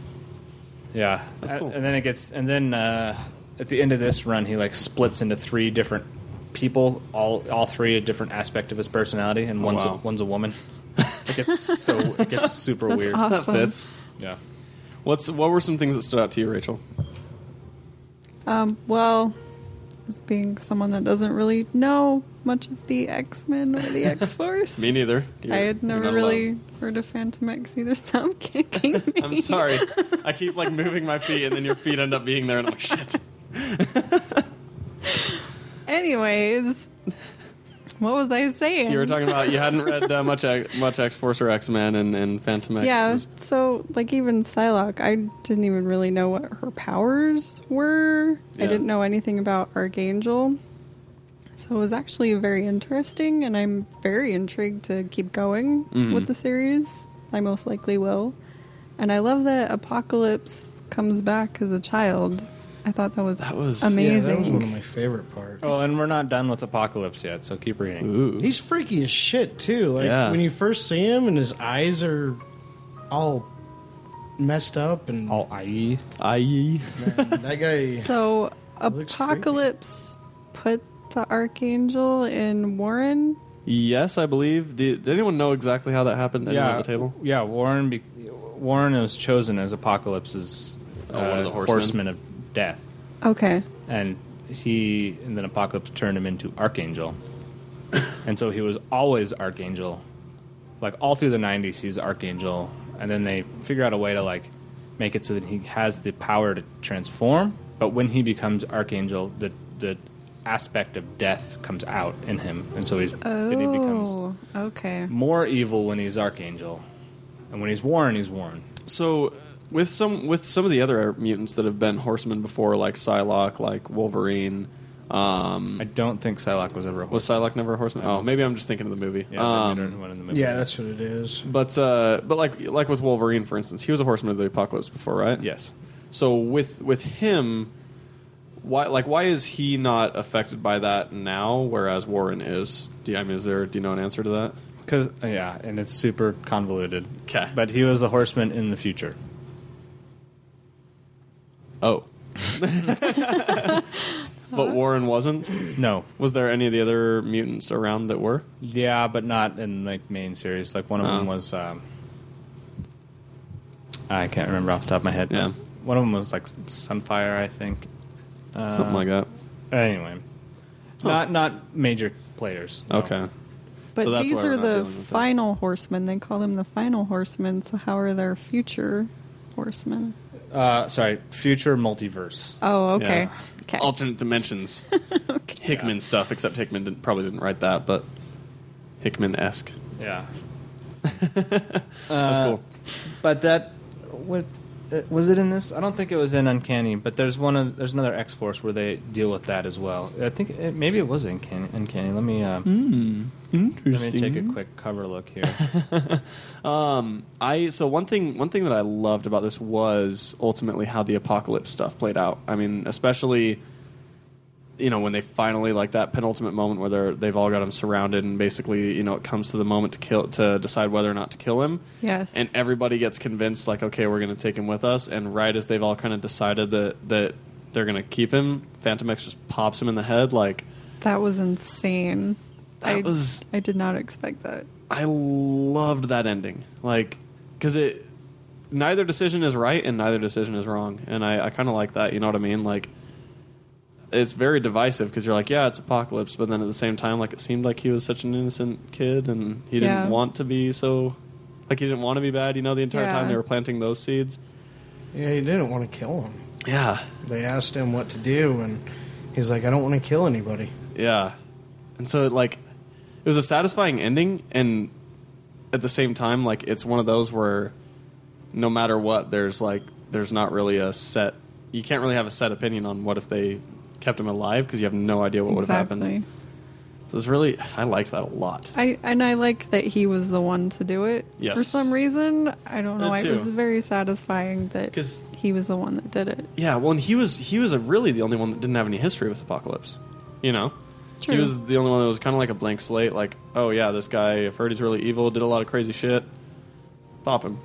yeah, That's A- cool. And then it gets, and then uh, at the end of this run, he like splits into three different people, all all three a different aspect of his personality, and one's Oh, wow. a, one's a woman. it gets so it gets super That's weird. awesome. That fits. Yeah. What's what were some things that stood out to you, Rachel? Um, well, as being someone that doesn't really know much of the X Men or the X Force, Me neither. I You're- had you're never not really alone. heard of Phantom X either. Stop kicking me. I'm sorry. I keep like moving my feet, and then your feet end up being there, and I'm like, shit. Anyways, what was I saying? You were talking about you hadn't read uh, much X- much X Force or X Men and, and Phantom X. Yeah, was- so like even Psylocke, I didn't even really know what her powers were. Yeah. I didn't know anything about Archangel. So it was actually very interesting, and I'm very intrigued to keep going Mm-hmm. with the series. I most likely will. And I love that Apocalypse comes back as a child. I thought that was, That was- yeah, that amazing. Yeah, that was one of my favorite parts. Oh, and we're not done with Apocalypse yet, so keep reading. Ooh. He's freaky as shit too. Like Yeah. when you first see him, and his eyes are all messed up, and All E IE. IE. that guy. So looks creepy. Apocalypse put the Archangel in Warren. Yes, I believe. Did, did anyone know exactly how that happened? Anyone yeah, at the table. Yeah, Warren. Be- Warren was chosen as Apocalypse's uh, Oh, one of the horsemen. horsemen of death, Okay. and he and then Apocalypse turned him into Archangel, and so he was always Archangel, like all through the '90s. He's Archangel, and then they figure out a way to like make it so that he has the power to transform. But when he becomes Archangel, the the aspect of death comes out in him, and so he's then he becomes Oh, okay. more evil when he's Archangel, and when he's Warren, he's Warren. So uh, with some with some of the other mutants that have been horsemen before, like Psylocke, like Wolverine. Um, I don't think Psylocke was ever a was Psylocke never a horseman? Oh, maybe I'm just thinking of the movie. Yeah, Um, they made everyone in the movie. Yeah, that's what it is. but uh, but like like with Wolverine, for instance, he was a horseman of the apocalypse before, right? yes. So with with him, why like why is he not affected by that now, whereas Warren is? Do you, I mean, is there do you know an answer to that? Because uh, yeah, and it's super convoluted. 'Kay. but he was a horseman in the future. Oh, but Warren wasn't. No, Was there any of the other mutants around that were? yeah, but not in like main series. Like one of them Oh. was. Um, I can't remember off the top of my head. but Yeah. one of them was like Sunfire, I think. Something Uh, like that. Anyway, not not major players. no. Oh. Okay. But So that's why these we're are not the dealing with this. final horsemen. They call them the final horsemen. So how are their future horsemen? Uh, sorry, future multiverse. Oh, okay. Yeah. Okay. Alternate dimensions. Hickman stuff, except Hickman didn't, probably didn't write that, but Hickman esque. Yeah. Uh, That's cool. But that what uh, was it in this? I don't think it was in Uncanny, but there's one of, there's another X Force where they deal with that as well. I think it, maybe it was Uncanny. Uncanny. Let me uh, let me Hmm, Interesting. take a quick cover look here. Um, I so one thing one thing that I loved about this was ultimately how the apocalypse stuff played out. I mean, especially you know when they finally like that penultimate moment where they're they've all got him surrounded and basically you know it comes to the moment to kill to decide whether or not to kill him. Yes. And e- everybody gets convinced like okay we're going to take him with us and right as they've all kind of decided that that they're going to keep him, Phantom X just pops him in the head like that was insane. That I, was- I did not expect that. I loved that ending. Like, because it neither decision is right and neither decision is wrong, and I, I kind of like that. You know what I mean? Like, it's very divisive because you're like, yeah, it's apocalypse, but then at the same time, like, it seemed like he was such an innocent kid and he Yeah. didn't want to be so. Like he didn't want to be bad, you know. The entire Yeah. time they were planting those seeds. Yeah, he didn't want to kill him. Yeah, They asked him what to do, and he's like, "I don't want to kill anybody." yeah. And so, like, it was a satisfying ending, and at the same time, like, it's one of those where no matter what, there's like there's not really a set. You can't really have a set opinion on what if they kept him alive because you have no idea what would have Exactly. happened. So it's really I liked that a lot. I and I like that he was the one to do it. For Yes. some reason, I don't know. Me why. It too. was very satisfying that 'Cause- he was the one that did it. Yeah, well, and he was he was a really the only one that didn't have any history with Apocalypse. You know, True. He was the only one that was kind of like a blank slate. Like, oh yeah, this guy. I've heard he's really evil. Did a lot of crazy shit. Pop him.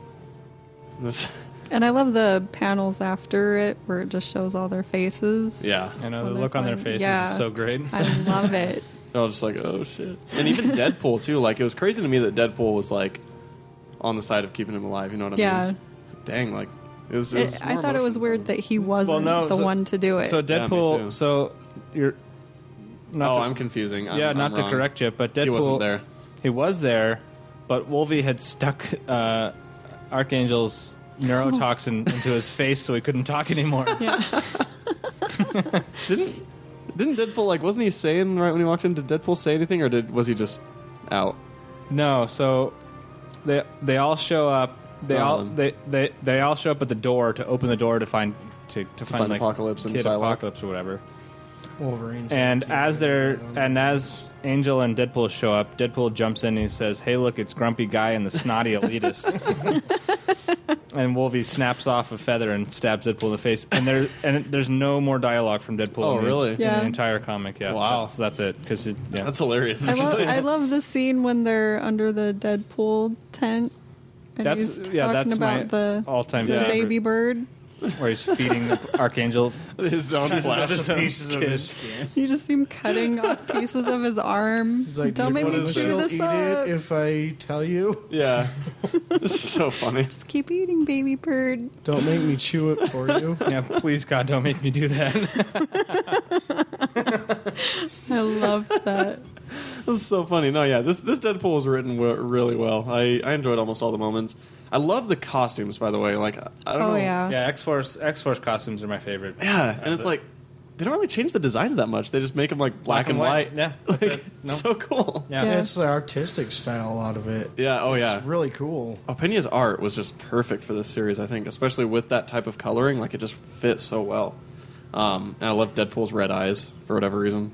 That's, And I love the panels after it where it just shows all their faces. yeah. I know When the they're look on their fun- faces yeah. is so great. I love it. I was just like, oh shit. And even Deadpool too. Like it was crazy to me that Deadpool was like on the side of keeping him alive. You know what I Yeah. mean? Dang, like it was. It was It, I more thought it was emotional. weird that he wasn't no, the so- one to do it. So Yeah, me Deadpool. too. so you're. Not oh, to, I'm confusing. I'm- yeah, I'm not to wrong. correct you, but Deadpool He wasn't there. He was there, but Wolvie had stuck uh, Archangel's neurotoxin into his face, so he couldn't talk anymore. Didn't didn't Deadpool like? Wasn't he saying right when he walked in? Did Deadpool say anything, or did was he just out? No, so they they all show up. They All all of them. they, they they all show up at the door to open the door to find to, to, find, find like Apocalypse and kid Psylocke. apocalypse or whatever. Wolverine. And as they're and as Angel and Deadpool show up, Deadpool jumps in and he says, "Hey, look, it's Grumpy Guy and the Snotty Elitist." and Wolvie snaps off a feather and stabs Deadpool in the face. And there and there's no more dialogue from Deadpool. Oh, in the- really? In Yeah. the entire comic, yeah. Wow. that's, that's it. Because it, yeah. That's hilarious. I love I love the scene when they're under the Deadpool tent and he's That's talking yeah. That's about my the all-time the favorite, baby bird. where he's feeding the archangel. His own flash. Just pieces of his skin. You just see him cutting off pieces of his arm. He's like, Don't make me "Nicholas, chew you'll this eat up. it if I tell you. Yeah, this is so funny. Just keep eating, baby bird. Don't make me chew it for you. yeah, please God, don't make me do that. I love that. This is so funny. No, yeah, this this Deadpool was written w- really well. I I enjoyed almost all the moments. I love the costumes, by the way. Like I, I don't oh know. yeah. yeah, X Force X Force costumes are my favorite. Yeah, and it's like they don't really change the designs that much. They just make them like black, and, white. Yeah, that's like it. No. so cool. Yeah. yeah. Yeah. That's the artistic style, a lot of it. Oh yeah. It's really cool. Opinia's art was just perfect for this series, I think, especially with that type of coloring. Like it just fits so well. Um, and I love Deadpool's red eyes for whatever reason.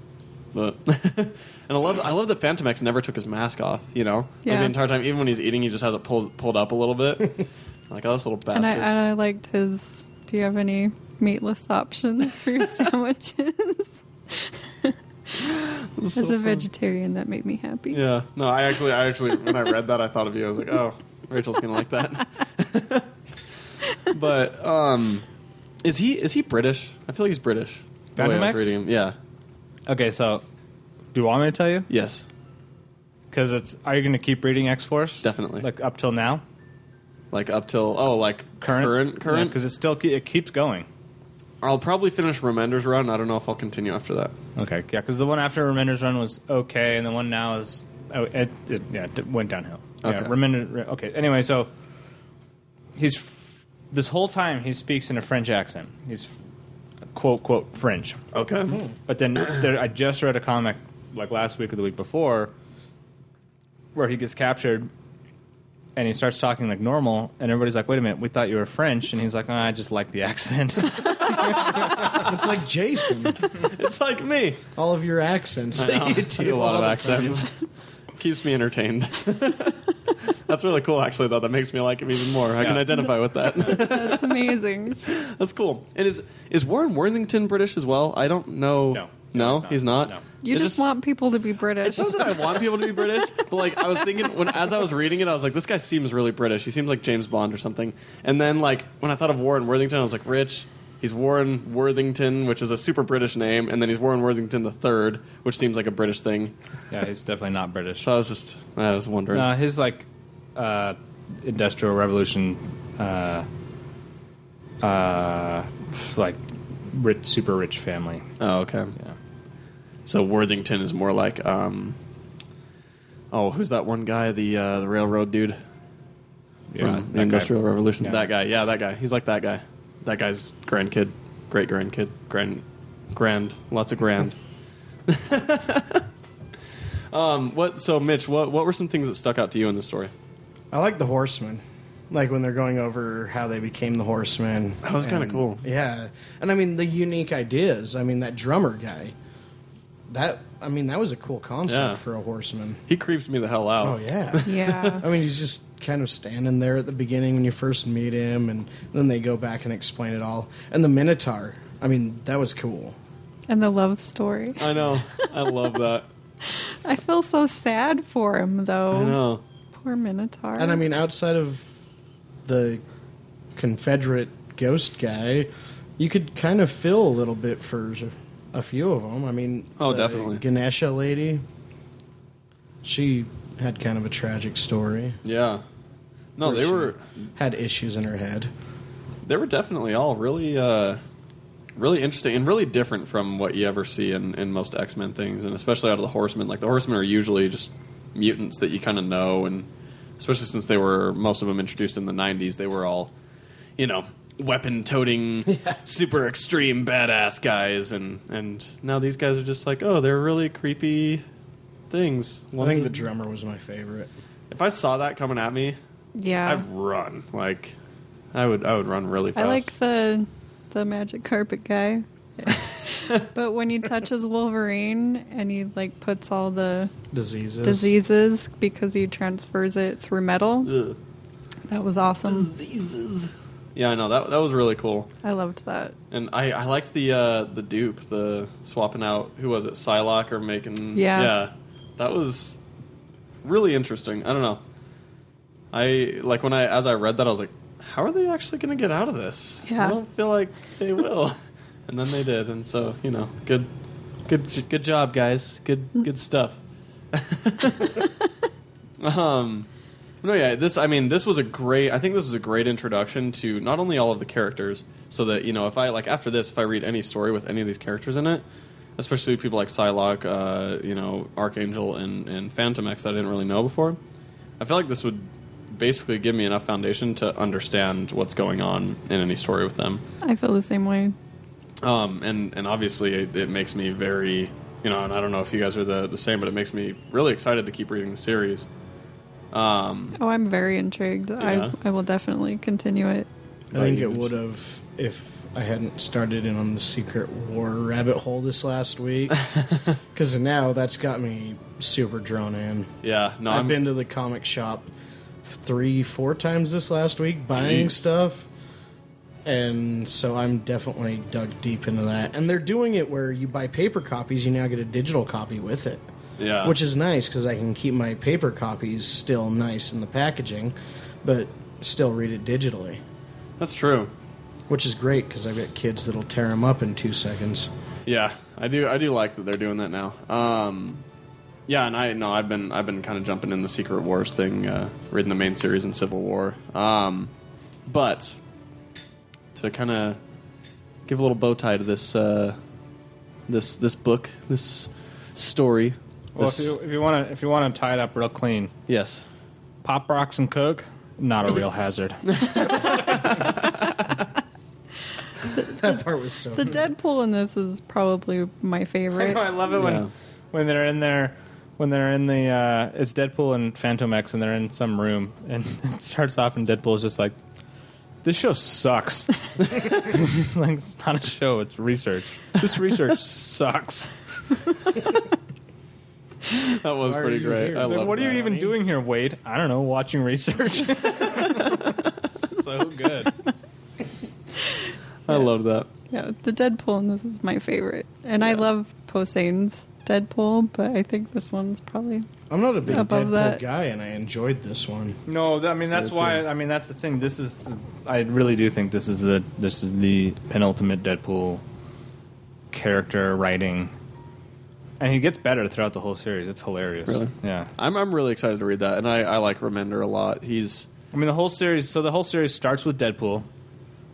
But and I love I love that Phantom X never took his mask off. You know, Like, Yeah. the entire time, even when he's eating, he just has it pulled pulled up a little bit. like oh, this little bastard. and I and I liked his. Do you have any meatless options for your sandwiches? As a vegetarian, that made me happy. yeah. No, I actually I actually when I read that, I thought of you. I was like, oh, Rachel's gonna like that. but um, is he is he British? I feel like he's British. The way I Phantom was X? reading him. Yeah. Okay, so do you want me to tell you? Yes. Because it's are you going to keep reading X Force? Definitely. Like up till now, Like up till oh, like current, current. Because it still ke- it keeps going. I'll probably finish Remender's run. I don't know if I'll continue after that. Okay, yeah. Because the one after Remender's Run was okay, and the one now is oh, it, it yeah it went downhill. Okay. Yeah, Remender. Re- Okay. Anyway, so he's f- this whole time he speaks in a French accent. He's quote quote French. Okay. But then there, I just read a comic like last week or the week before where he gets captured and he starts talking like normal, and everybody's like, "Wait a minute, we thought you were French," and he's like, "Ah, "I just like the accent." It's like Jason. It's like me. All of your accents. I know. that you I do a lot all of the accents. time. Keeps me entertained. That's really cool, actually. Though that makes me like him even more. I can Yeah. identify with that. That's amazing. That's cool. And is is Warren Worthington British as well? I don't know. No. No, No, he's he's not. not. No. You It just, want people to be British. It's not that I want people to be British, but like I was thinking when as I was reading it, I was like, this guy seems really British. He seems like James Bond or something. And then like when I thought of Warren Worthington, I was like, Rich, he's Warren Worthington, which is a super British name, and then he's Warren Worthington the third, which seems like a British thing. yeah, he's definitely not British. So I was just I was wondering. No, his like uh, industrial revolution, uh, uh, like rich, super rich family. oh, okay. Yeah. So Worthington is more like um Oh, who's that one guy, the uh, the railroad dude Yeah, from that the guy. Industrial Revolution? Yeah. That guy, yeah, that guy. He's like that guy. That guy's grandkid, great grandkid, grand, grand, lots of grand. um, what? So, Mitch, what what were some things that stuck out to you in this story? I like the horsemen. Like when they're going over how they became the horsemen. That was kinda cool. Yeah. And I mean the unique ideas. I mean that drummer guy. That I mean that was a cool concept Yeah. for a horseman. He creeps me the hell out. Oh yeah. yeah. I mean he's just kind of standing there at the beginning when you first meet him and then they go back and explain it all. And the Minotaur, I mean, that was cool. and the love story. I know. I love that. I feel so sad for him, though. I know. Poor Minotaur. And I mean, outside of the Confederate ghost guy, you could kind of feel a little bit for a few of them. I mean, Oh, the definitely. Ganesha lady. She had kind of a tragic story. Yeah. No, Or they she were had issues in her head. they were definitely all really uh really interesting and really different from what you ever see in, in most X-Men things and especially out of the Horsemen. Like the Horsemen are usually just mutants that you kind of know and especially since they were most of them introduced in the 90s, they were all you know, weapon toting super extreme badass guys and and now these guys are just like, "Oh, they're really creepy things." I Ones think the that- drummer was my favorite. if I saw that coming at me, yeah. I'd run. Like I would I would run really I fast. like the the magic carpet guy. but when he touches Wolverine and he like puts all the Diseases. diseases because he transfers it through metal, Ugh. that was awesome. Yeah, I know that that was really cool, I loved that. and I I liked the uh, the dupe, the swapping out who was it, Psylocke or making Yeah. that was really interesting. I don't know, I like when I as I read that I was like, how are they actually going to get out of this? Yeah. I don't feel like they will, and then they did, and so you know, good, good, good job, guys, good good stuff. Um, no, yeah. This, I mean, this was a great. I think this was a great introduction to not only all of the characters, so that you know, if I like after this, if I read any story with any of these characters in it, especially people like Psylocke, uh, you know, Archangel, and and Phantom X that I didn't really know before, I feel like this would basically give me enough foundation to understand what's going on in any story with them. I feel the same way. Um, and and obviously it, it makes me very you know, and I don't know if you guys are the the same, but it makes me really excited to keep reading the series. Um, Oh, I'm very intrigued. Yeah. I I will definitely continue it. I think it would have if I hadn't started in on the Secret War rabbit hole this last week. Because now that's got me super drawn in. Yeah, no, I've I'm, been to the comic shop three, four times this last week buying Jeez. stuff. And so I'm definitely dug deep into that. And they're doing it where you buy paper copies, you now get a digital copy with it. yeah, Which is nice because I can keep my paper copies still nice in the packaging, but still read it digitally. that's true. Which is great because I've got kids that'll tear them up in two seconds. Yeah, I do. I do like that they're doing that now. Um, yeah, and I no, I've been I've been kind of jumping in the Secret Wars thing, uh, reading the main series in Civil War. Um, but to kind of give a little bow tie to this uh, this this book, this story. Well, if this- you if you want to if you want to tie it up real clean, yes, pop rocks and coke, not a real hazard. That part was so. The Hmm. Deadpool in this is probably my favorite. I love it when Yeah. when they're in there when they're in the uh, it's Deadpool and Phantom X and they're in some room and it starts off and Deadpool is just like this show sucks. It's like it's not a show, it's research. This research sucks. that was Why are pretty you great. here? I Like, love what are you that. even doing here, Wade? I don't know, watching research. so good. I love that. Yeah, the Deadpool in this is my favorite, and I love Poseidon's Deadpool, but I think this one's probably I'm not a big Above Deadpool that- guy, and I enjoyed this one. No, that, I mean that's That's why. it. I mean that's the thing. This is, the, I really do think this is the this is the penultimate Deadpool character writing, and he gets better throughout the whole series. It's hilarious. Really? Yeah. I'm I'm really excited to read that, and I, I like Remender a lot. He's I mean the whole series. So the whole series starts with Deadpool,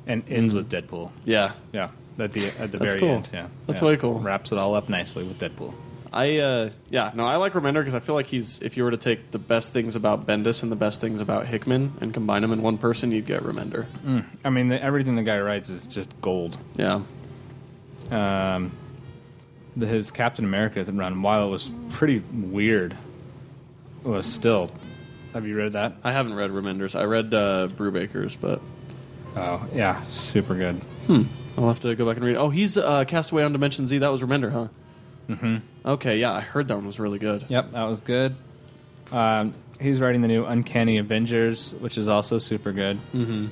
and ends with Deadpool. yeah Yeah. At the at the That's very cool. end. Yeah. That's Yeah. way cool. Wraps it all up nicely with Deadpool. I uh, yeah no I like Remender because I feel like he's if you were to take the best things about Bendis and the best things about Hickman and combine them in one person you'd get Remender I mean the, everything the guy writes is just gold. yeah um, the, his Captain America run, while it was pretty weird, was still. Have you read that? I haven't read Remender's I read uh, Brubaker's but Oh yeah, super good. I'll have to go back and read it. oh he's uh, Castaway on Dimension Z that was Remender huh mm-hmm okay yeah I heard that one was really good Yep, that was good. Um, he's writing the new Uncanny Avengers, which is also super good. Mm-hmm.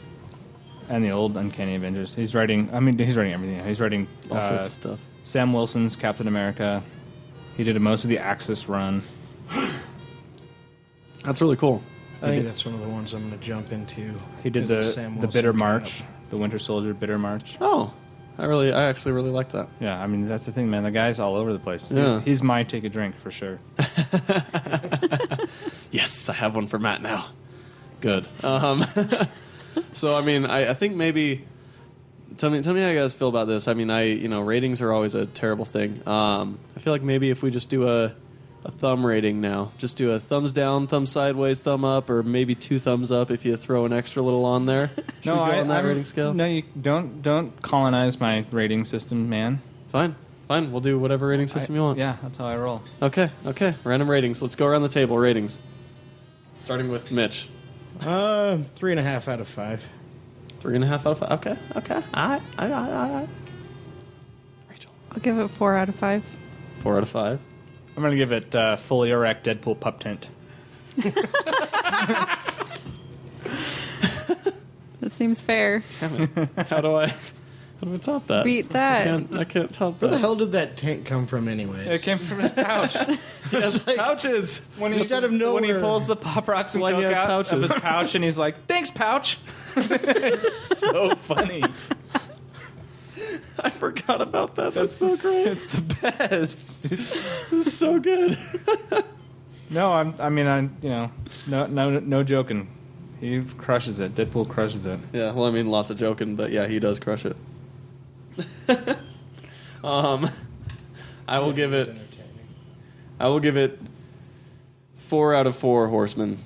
and the old Uncanny Avengers. He's writing. I mean, he's writing everything. He's writing All uh, sorts of stuff. Sam Wilson's Captain America. He did most of the Axis run. That's really cool. I think that's one of the ones I'm going to jump into. He did is the Sam the Wilson Bitter kind March, of- the Winter Soldier Bitter March. Oh, I really, I actually really like that. Yeah, I mean that's the thing, man. The guy's all over the place. Yeah. He's, he's my take a drink for sure. Yes, I have one for Matt now. Good. Um, so I mean, I, I think maybe tell me tell me how you guys feel about this. I mean, I you know ratings are always a terrible thing. Um, I feel like maybe if we just do a a thumb rating now, just do a thumbs down, thumb sideways, thumb up, or maybe two thumbs up if you throw an extra little on there. Should we go on that I'm- rating scale? No, you don't don't colonize my rating system, man. Fine, fine. We'll do whatever rating system I- you want. Yeah, that's how I roll. Okay. Okay. Random ratings. Let's go around the table. Ratings. Starting with Mitch. Uh, three and a half out of five. Three and a half out of five. Okay. Okay. All right. All right. All right. All right. Rachel. I'll give it four out of five. Four out of five. I'm gonna give it uh, fully erect Deadpool pup tent. That seems fair. How do I? How do I top that? Beat I that. can't, I can't top Where the that. hell dell did that tank come from, anyways? It came from his pouch. It's like, pouches. When Just out of When he nowhere. pulls the pop rocks and Why he coke has out of pouches. his pouch, and he's like, "Thanks, pouch." it's so funny. I forgot about that. That's so great. It's the best. It's so good. No, I'm, I mean, I, you know, no, no, no joking. He crushes it. Deadpool crushes it. Yeah. Well, I mean, lots of joking, but yeah, he does crush it. um, I will give it. I will give it four out of four horsemen.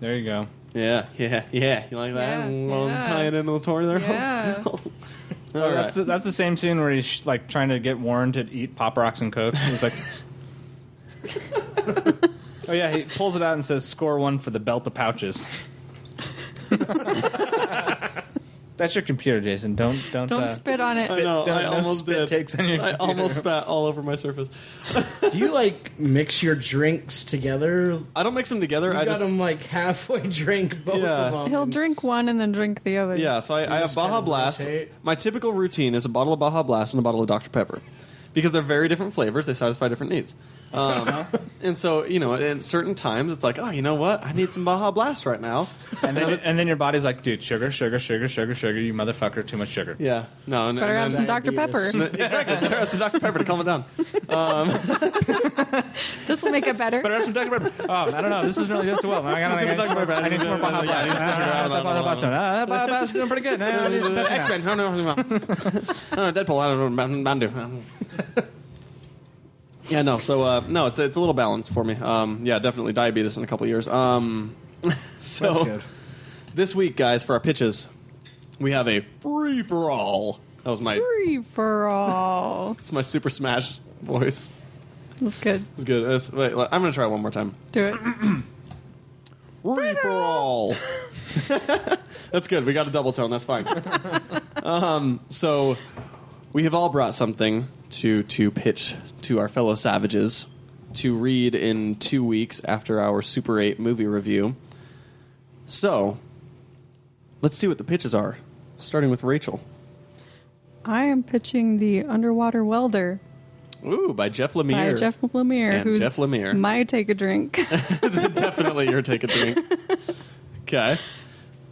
There you go. Yeah, yeah, yeah. You like that? Yeah, Long yeah. tie it in the corner there. Yeah. All Well, right. that's, the, that's the same scene where he's sh- like trying to get Warren to eat pop rocks and coke. He's like, oh yeah, he pulls it out and says, "Score one for the belt of pouches." that's your computer, Jason. Don't don't Don't uh, spit on it. I know. don't- I no almost spit did. takes on your I computer. almost spat all over my surface. Do you like mix your drinks together? I don't mix them together. You I got just them like halfway drink both Yeah. of them. He'll drink one and then drink the other. yeah. So I, I have just Baja kind of Blast. rotate. My typical routine is a bottle of Baja Blast and a bottle of Dr Pepper, because they're very different flavors. They satisfy different needs. Uh-huh. Um, and so you know, at certain times it's like, oh, you know what? I need some Baja Blast right now. And then, and then your body's like, dude, sugar, sugar, sugar, sugar, sugar. You motherfucker, too much sugar. Yeah. No. And, Better and have then- some Dr. diabetes. Pepper. Exactly. Better have some Dr Pepper to calm it down. This will make it better. Better have some Dr. Pepper. Oh, I don't know. This isn't really doing too well. I, gotta, I, need, some more, I need some more Baja Yeah, Blast. it's Ah, better. Baja Blast. Ah, Baja Blast is doing pretty good. Ah, I need some Pepper now. X-Men. No, no, no. Deadpool. I don't know. Bandu. Yeah, no. So, uh, no, it's it's a little balanced for me. Um, yeah, definitely diabetes in a couple years. Um, so Oh. That's good. this week, guys, for our pitches, we have a free for all. That was my Free for all. it's my Super Smash voice. That's good. It's good. It's- wait, I'm gonna try it one more time. Do it. Free for all. That's good. We got a double tone. That's fine. um, so we have all brought something to to pitch to our fellow savages to read in two weeks after our Super Eight movie review. So let's see what the pitches are. Starting with Rachel. I am pitching the underwater welder Ooh, by Jeff by Lemire. Jeff Lemire, And who's Jeff Lemire. my take a drink. Definitely your take a drink. Okay.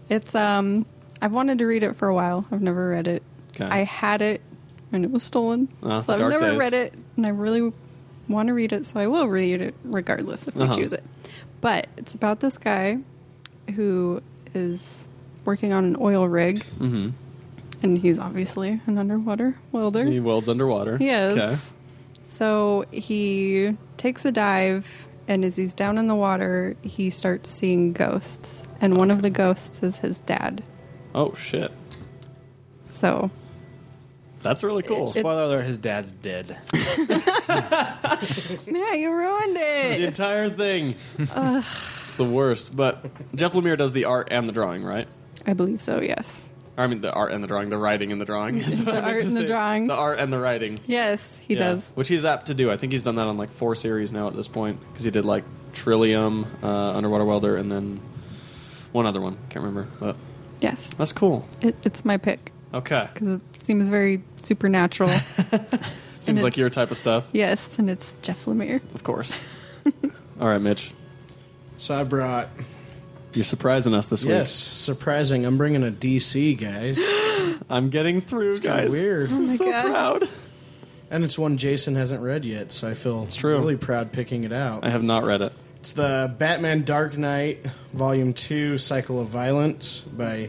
It's um I've wanted to read it for a while. I've never read it. 'Kay. I had it and it was stolen. Ah, so I've dark never days. read it and I really want to read it, so I will read it regardless if Uh-huh. we choose it. But it's about this guy who is working on an oil rig. Mm-hmm. And he's obviously an underwater welder. He welds underwater. Yes. Okay. So he takes a dive, and as he's down in the water, he starts seeing ghosts. And one of the ghosts is his dad. Oh shit. So That's really cool. It- Spoiler alert, his dad's dead. yeah, you ruined the it. entire thing. it's the worst. But Jeff Lemire does the art and the drawing, right? I believe so. Yes. I mean, the art and the drawing, the writing and the drawing. is what I The meant art to and the say. drawing. The art and the writing. Yes, he Yeah. does. Which he's apt to do. I think he's done that on like four series now at this point because he did like Trillium, uh, Underwater Welder, and then one other one. Can't remember. But Yes, That's cool. it, it's my pick Okay. because it seems very supernatural. Seems it- like your type of stuff. yes, and it's Jeff Lemire. Of course. All right, Mitch. So I brought You're surprising us this yes, week. surprising. I'm bringing a DC guys, I'm getting through, kinda guys. weird. This is so Oh my God. proud. and it's one Jason hasn't read yet, so I feel true. really proud picking it out. I have not read it. It's the Batman Dark Knight Volume Two: Cycle of Violence by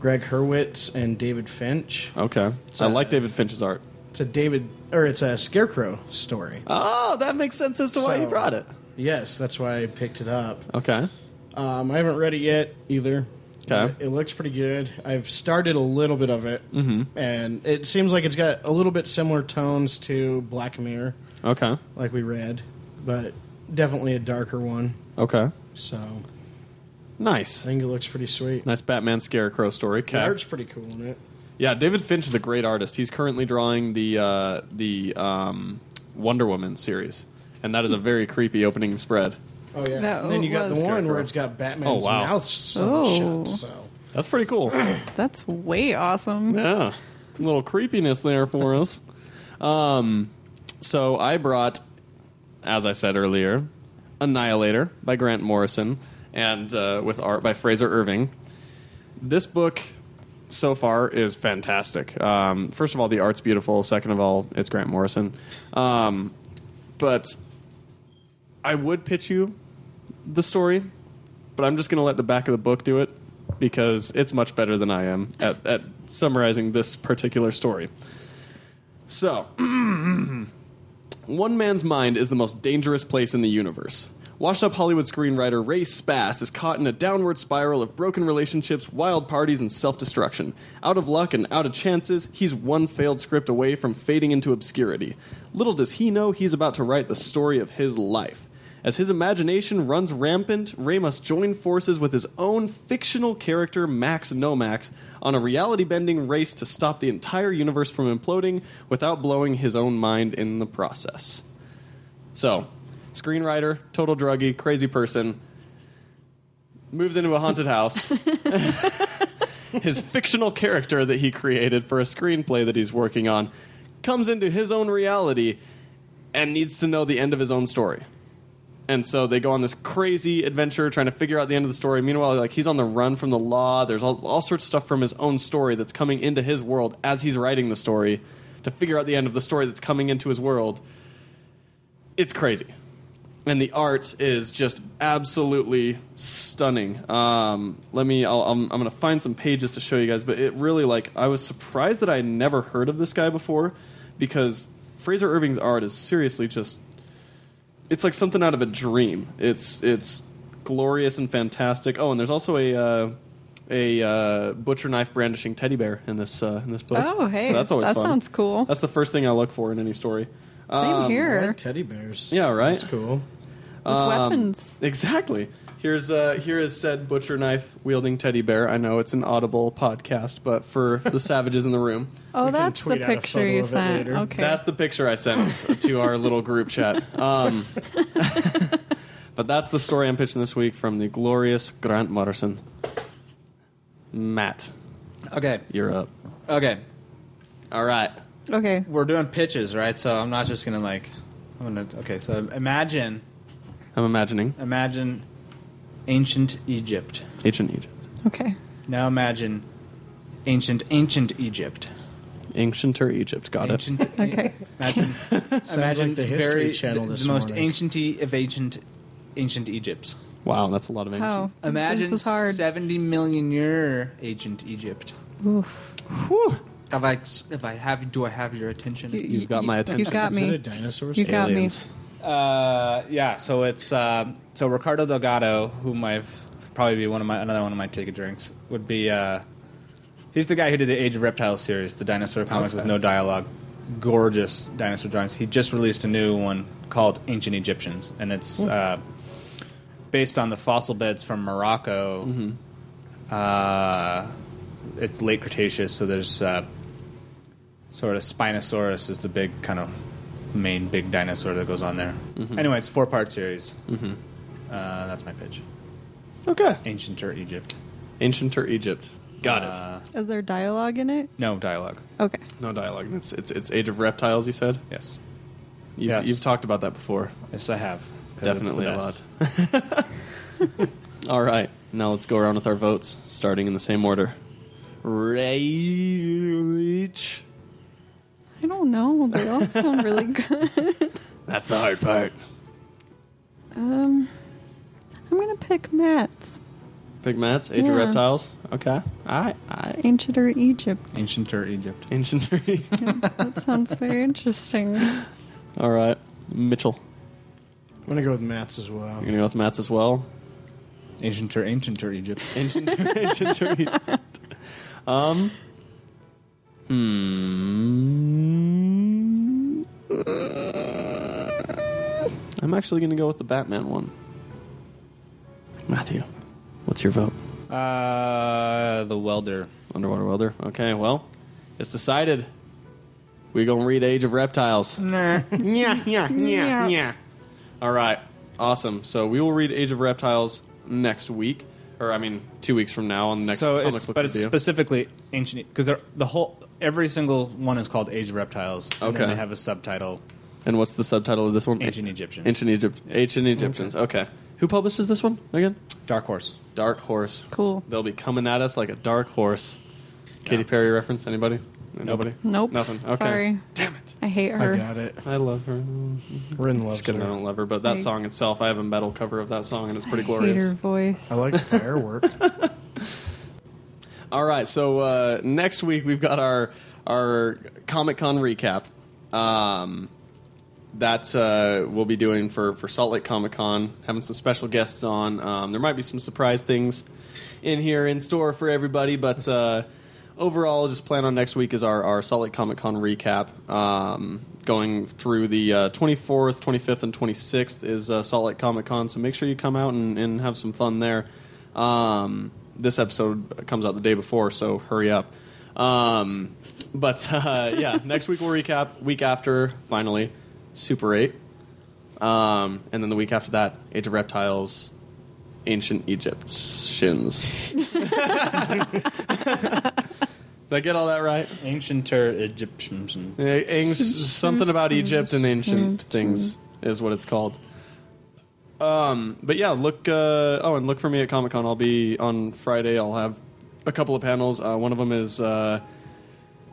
Greg Hurwitz and David Finch. Okay. So I like David Finch's art. It's a David or it's a Scarecrow story. Oh, that makes sense as to why you So- brought it. Yes, that's why I picked it up. Okay. Um, I haven't read it yet either. Okay. It looks pretty good. I've started a little bit of it, Mm-hmm. and it seems like it's got a little bit similar tones to Black Mirror, Okay. like we read, but definitely a darker one. Okay. So I Nice. think it looks pretty sweet. Nice Batman Scarecrow story. Okay. The art's pretty cool in it. Yeah, David Finch is a great artist. He's currently drawing the uh, the um, Wonder Woman series, and that is a very creepy opening spread. Oh yeah, That and then you got was- the one Scarecrow. where it's got Batman's Oh, wow. mouth sewn Oh. shut. So That's pretty cool. That's way awesome. yeah, a little creepiness there for us. Um, so I brought, as I said earlier, Annihilator by Grant Morrison, and uh, with art by Fraser Irving. This book so far is fantastic. Um, first of all, the art's beautiful. Second of all, it's Grant Morrison. Um, but I would pitch you the story, but I'm just going to let the back of the book do it because it's much better than I am at, at summarizing this particular story. So, one man's mind is the most dangerous place in the universe. Washed up Hollywood screenwriter Ray Spass is caught in a downward spiral of broken relationships, wild parties, and self destruction. Out of luck and out of chances, he's one failed script away from fading into obscurity. Little does he know he's about to write the story of his life. As his imagination runs rampant, Ray must join forces with his own fictional character, Max Nomax, on a reality bending race to stop the entire universe from imploding without blowing his own mind in the process. So, screenwriter, total druggie, crazy person, moves into a haunted house. his fictional character that he created for a screenplay that he's working on comes into his own reality and needs to know the end of his own story. And so they go on this crazy adventure trying to figure out the end of the story. Meanwhile, like he's on the run from the law. There's all, all sorts of stuff from his own story that's coming into his world as he's writing the story to figure out the end of the story that's coming into his world. It's crazy. And the art is just absolutely stunning. Um, let me, I'll, I'm, I'm going to find some pages to show you guys, but it really, like, I was surprised that I had never heard of this guy before because Fraser Irving's art is seriously just it's like something out of a dream. It's it's glorious and fantastic. Oh, and there's also a uh, a uh, butcher knife brandishing teddy bear in this uh, in this book. Oh, hey, so that's always that fun. sounds cool. That's the first thing I look for in any story. Um, Same I here like with teddy bears. Yeah, right? That's cool. Um, weapons. Exactly. Here's uh, here is said butcher knife wielding teddy bear. I know it's an audible podcast, but for the savages in the room, Oh, we can that's the tweet out a picture photo you of it sent. later. Okay, That's the picture I sent to our little group chat. Um, but that's the story I'm pitching this week from the glorious Grant Morrison. Matt, Okay. you're up. Okay. All right. okay. We're doing pitches, right? So I'm not just gonna like. I'm gonna. Okay. So imagine, I'm imagining imagine, ancient Egypt. ancient Egypt, Okay. Now imagine, ancient, ancient Egypt. ancient or Egypt. Got it. Ancient. Okay. Imagine. Sounds like the History Channel the, this the most morning. ancienty of ancient, ancient Egypts. Wow, that's a lot of ancient. How? Imagine This is hard. seventy million year ancient Egypt. Oof. Have I? If I have, do I have your attention? You've got my You attention. got Is it a me. dinosaur? You got me. Aliens. Uh, yeah. So it's uh, so Ricardo Delgado, whom I've probably be one of my another one of my ticket drinks would be. Uh, he's the guy who did the Age of Reptiles series, the dinosaur comics with no dialogue, gorgeous dinosaur drawings. He just released a new one called Ancient Egyptians, and it's uh, based on the fossil beds from Morocco. Uh, it's late Cretaceous, so there's uh, sort of Spinosaurus is the big kind of main big dinosaur that goes on there. Mm-hmm. Anyway, it's four part series. Mm-hmm. Uh, that's my pitch. Okay. Ancient or Egypt. Ancient or Egypt. Got it. Uh, Is there dialogue in it? No dialogue. Okay. no dialogue. It's, it's it's Age of Reptiles. You said Yes. you've, Yes. you've talked about that before. Yes, I have. 'Cause it's Definitely the a best. lot. All right, now let's go around with our votes, starting in the same order. Rage. I don't know. They all sound really good. That's the hard part. Um, I'm gonna pick Matt's Big Mats, Age Yeah. of Reptiles. Okay. I I Ancient or Egypt. Ancient or Egypt. ancient three. That sounds very interesting. All right, Mitchell. I'm gonna go with Matt's as well. You're gonna go with Mats as well. Ancient or ancient or Egypt. Ancient, ancient or Egypt. Um. Hmm. I'm actually going to go with the Batman one. Matthew, what's your vote? Uh, the welder. Underwater welder. Okay, well, it's decided. We're gonna read Age of Reptiles. yeah, yeah, yeah, yeah. All right, awesome. So we will read Age of Reptiles next week, or I mean, two weeks from now on the next. so comic it's book but it's review. specifically ancient because the whole every single one is called Age of Reptiles. And Okay. then they have a subtitle and what's the subtitle of this one? Ancient Egyptians. Ancient Egypt. Ancient Egyptians. Okay. Who publishes this one again? Dark Horse. Dark Horse. Cool. They'll be coming at us like a dark horse. Katy Perry reference? Anybody? Nobody. Nope. Nothing. Okay. Sorry. Damn it. I hate I her. got it. I love her. Rin loves Just kidding, I her. don't love her, but that Hey. song itself, I have a metal cover of that song, and it's pretty I glorious. Hate her voice. I like firework. All right, so uh, next week we've got our our Comic Con recap. Um, that uh, we'll be doing for for Salt Lake Comic Con, having some special guests on. Um, there might be some surprise things in here in store for everybody, but uh, overall, just plan on next week is our our Salt Lake Comic Con recap. Um, going through the uh, 24th, 25th, and 26th is uh, Salt Lake Comic Con, so make sure you come out and, and have some fun there. Um, this episode comes out the day before, so hurry up. Um, but uh, yeah, next week we'll recap. Week after, finally, Super 8. Um, and then the week after that, Age of Reptiles, Ancient Egyptians. Did I get all that right? Ancient or Egyptians. Yeah, ang- something about Egypt and ancient things is what it's called. Um, but yeah, look. Uh, oh, and look for me at Comic Con. I'll be on Friday. I'll have a couple of panels. Uh, one of them is uh,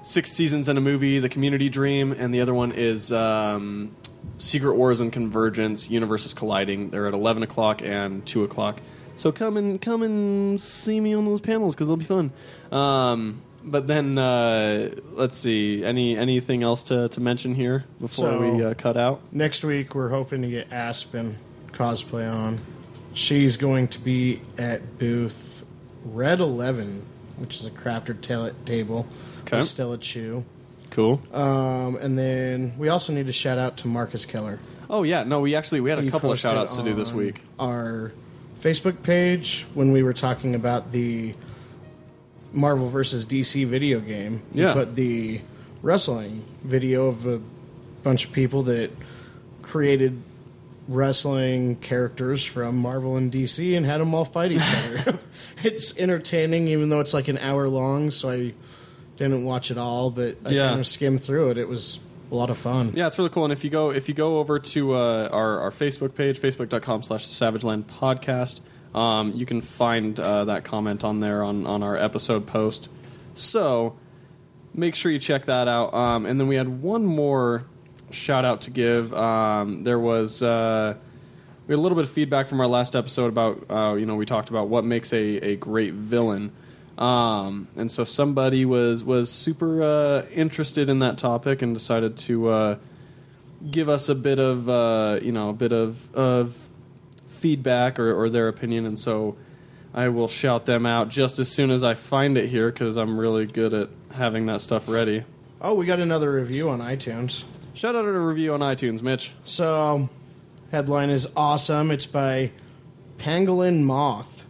six seasons and a movie, The Community Dream, and the other one is um, Secret Wars and Convergence, Universes Colliding. They're at eleven o'clock and two o'clock. So come and come and see me on those panels because they'll be fun. Um, but then uh, let's see any anything else to, to mention here before So- we uh, cut out. Next week, we're hoping to get Aspen cosplay on. She's going to be at booth Red 11, which is a crafter ta- table. Okay. with Stella Chu. Cool. Um, and then we also need to shout out to Marcus Keller. Oh yeah, no, we actually we had a He couple of posted shout outs to do this on week. Our Facebook page when we were talking about the Marvel versus DC video game. we Yeah. put the wrestling video of a bunch of people that created wrestling characters from Marvel and DC and had them all fight each other. it's entertaining, even though it's like an hour long. So I didn't watch it all, but I Yeah. kind of skimmed through it. It was a lot of fun. Yeah, it's really cool. And if you go if you go over to uh, our, our Facebook page, facebook.com slash savageland podcast, um, you can find uh, that comment on there on, on our episode post. So make sure you check that out. Um, and then we had one more shout out to give. Um, there was uh, we had a little bit of feedback from our last episode about uh, you know we talked about what makes a, a great villain. Um, and so somebody was was super uh, interested in that topic and decided to uh, give us a bit of uh, you know a bit of of feedback or, or their opinion, and so I will shout them out just as soon as I find it here because I'm really good at having that stuff ready. Oh, we got another review on iTunes. Shout out to a review on iTunes, Mitch. So, headline is awesome. It's by Pangolin Moth.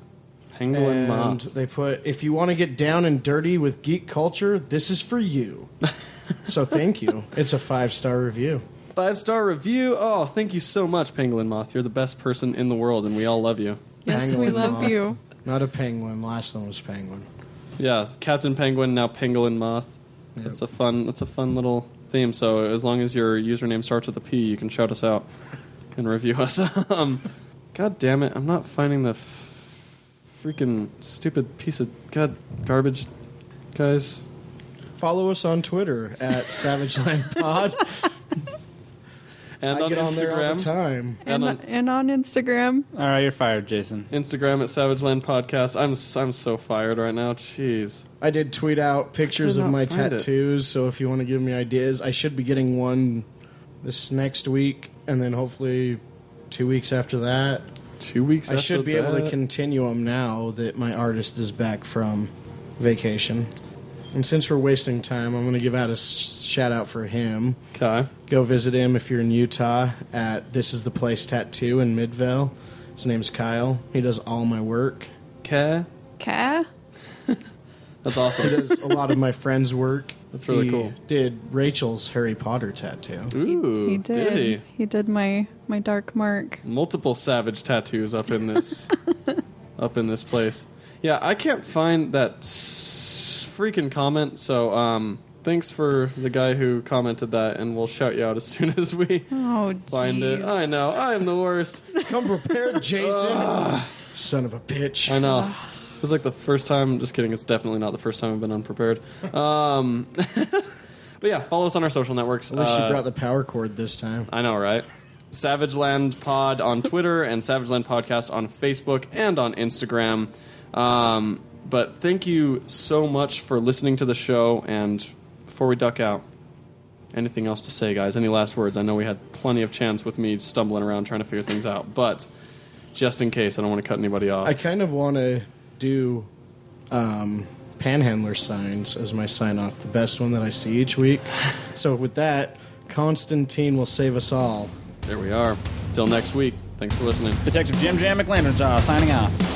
Pangolin and Moth. they put, if you want to get down and dirty with geek culture, this is for you. so, thank you. It's a five star review. Five star review. Oh, thank you so much, Pangolin Moth. You're the best person in the world, and we all love you. Yes, we Pangolin love moth. you. Not a penguin. Last one was penguin. Yeah, Captain Penguin now Penguin Moth. That's a fun. That's a fun little theme. So as long as your username starts with a P, you can shout us out and review us. um, God damn it! I'm not finding the f- freaking stupid piece of god garbage, guys. Follow us on Twitter at Savage Line Pod. And I on get on there all the Instagram, time. and And, on and on Instagram. All right, you're fired, Jason. Instagram at Savage Land Podcast. I'm s- I'm so fired right now. Jeez. I did tweet out pictures Could of not my find it. tattoos, so if you want to give me ideas, I should be getting one this next week, and then hopefully two weeks after that. Two weeks. I after should be able to that. continue them now that my artist is back from vacation. And since we're wasting time, I'm going to give out a s- shout out for him. Okay. Go visit him if you're in Utah at This Is the Place Tattoo in Midvale. His name's Kyle. He does all my work. Okay. Ka? That's He awesome. does a lot of my friends' work. That's really He cool. Did Rachel's Harry Potter tattoo? Ooh, He did. he? He did my my dark mark. multiple savage tattoos up in this up in this place. Yeah, I can't find that s- freaking comment. So, um, thanks for the guy who commented that, and we'll shout you out as soon as we Oh, find it. jeez. I know, I'm the worst. Come prepared, Jason. Son of a bitch. I know. It's like the first time. Just kidding. It's definitely not the first time I've been unprepared. Um, but yeah, follow us on our social networks. At least Uh, you brought the power cord this time. I know, right? Savageland Pod on Twitter and Savageland Podcast on Facebook and on Instagram. Um, but thank you so much for listening to the show. And before we duck out, anything else to say, guys? Any last words? I know we had plenty of chance with me stumbling around trying to figure things out, but just in case, I don't want to cut anybody off. I kind of want to do um, panhandler signs as my sign off, the best one that I see each week. so, with that, Constantine will save us all. there we are. Till next week. Thanks for listening. uh, Detective Jim Jam McLaren, signing off.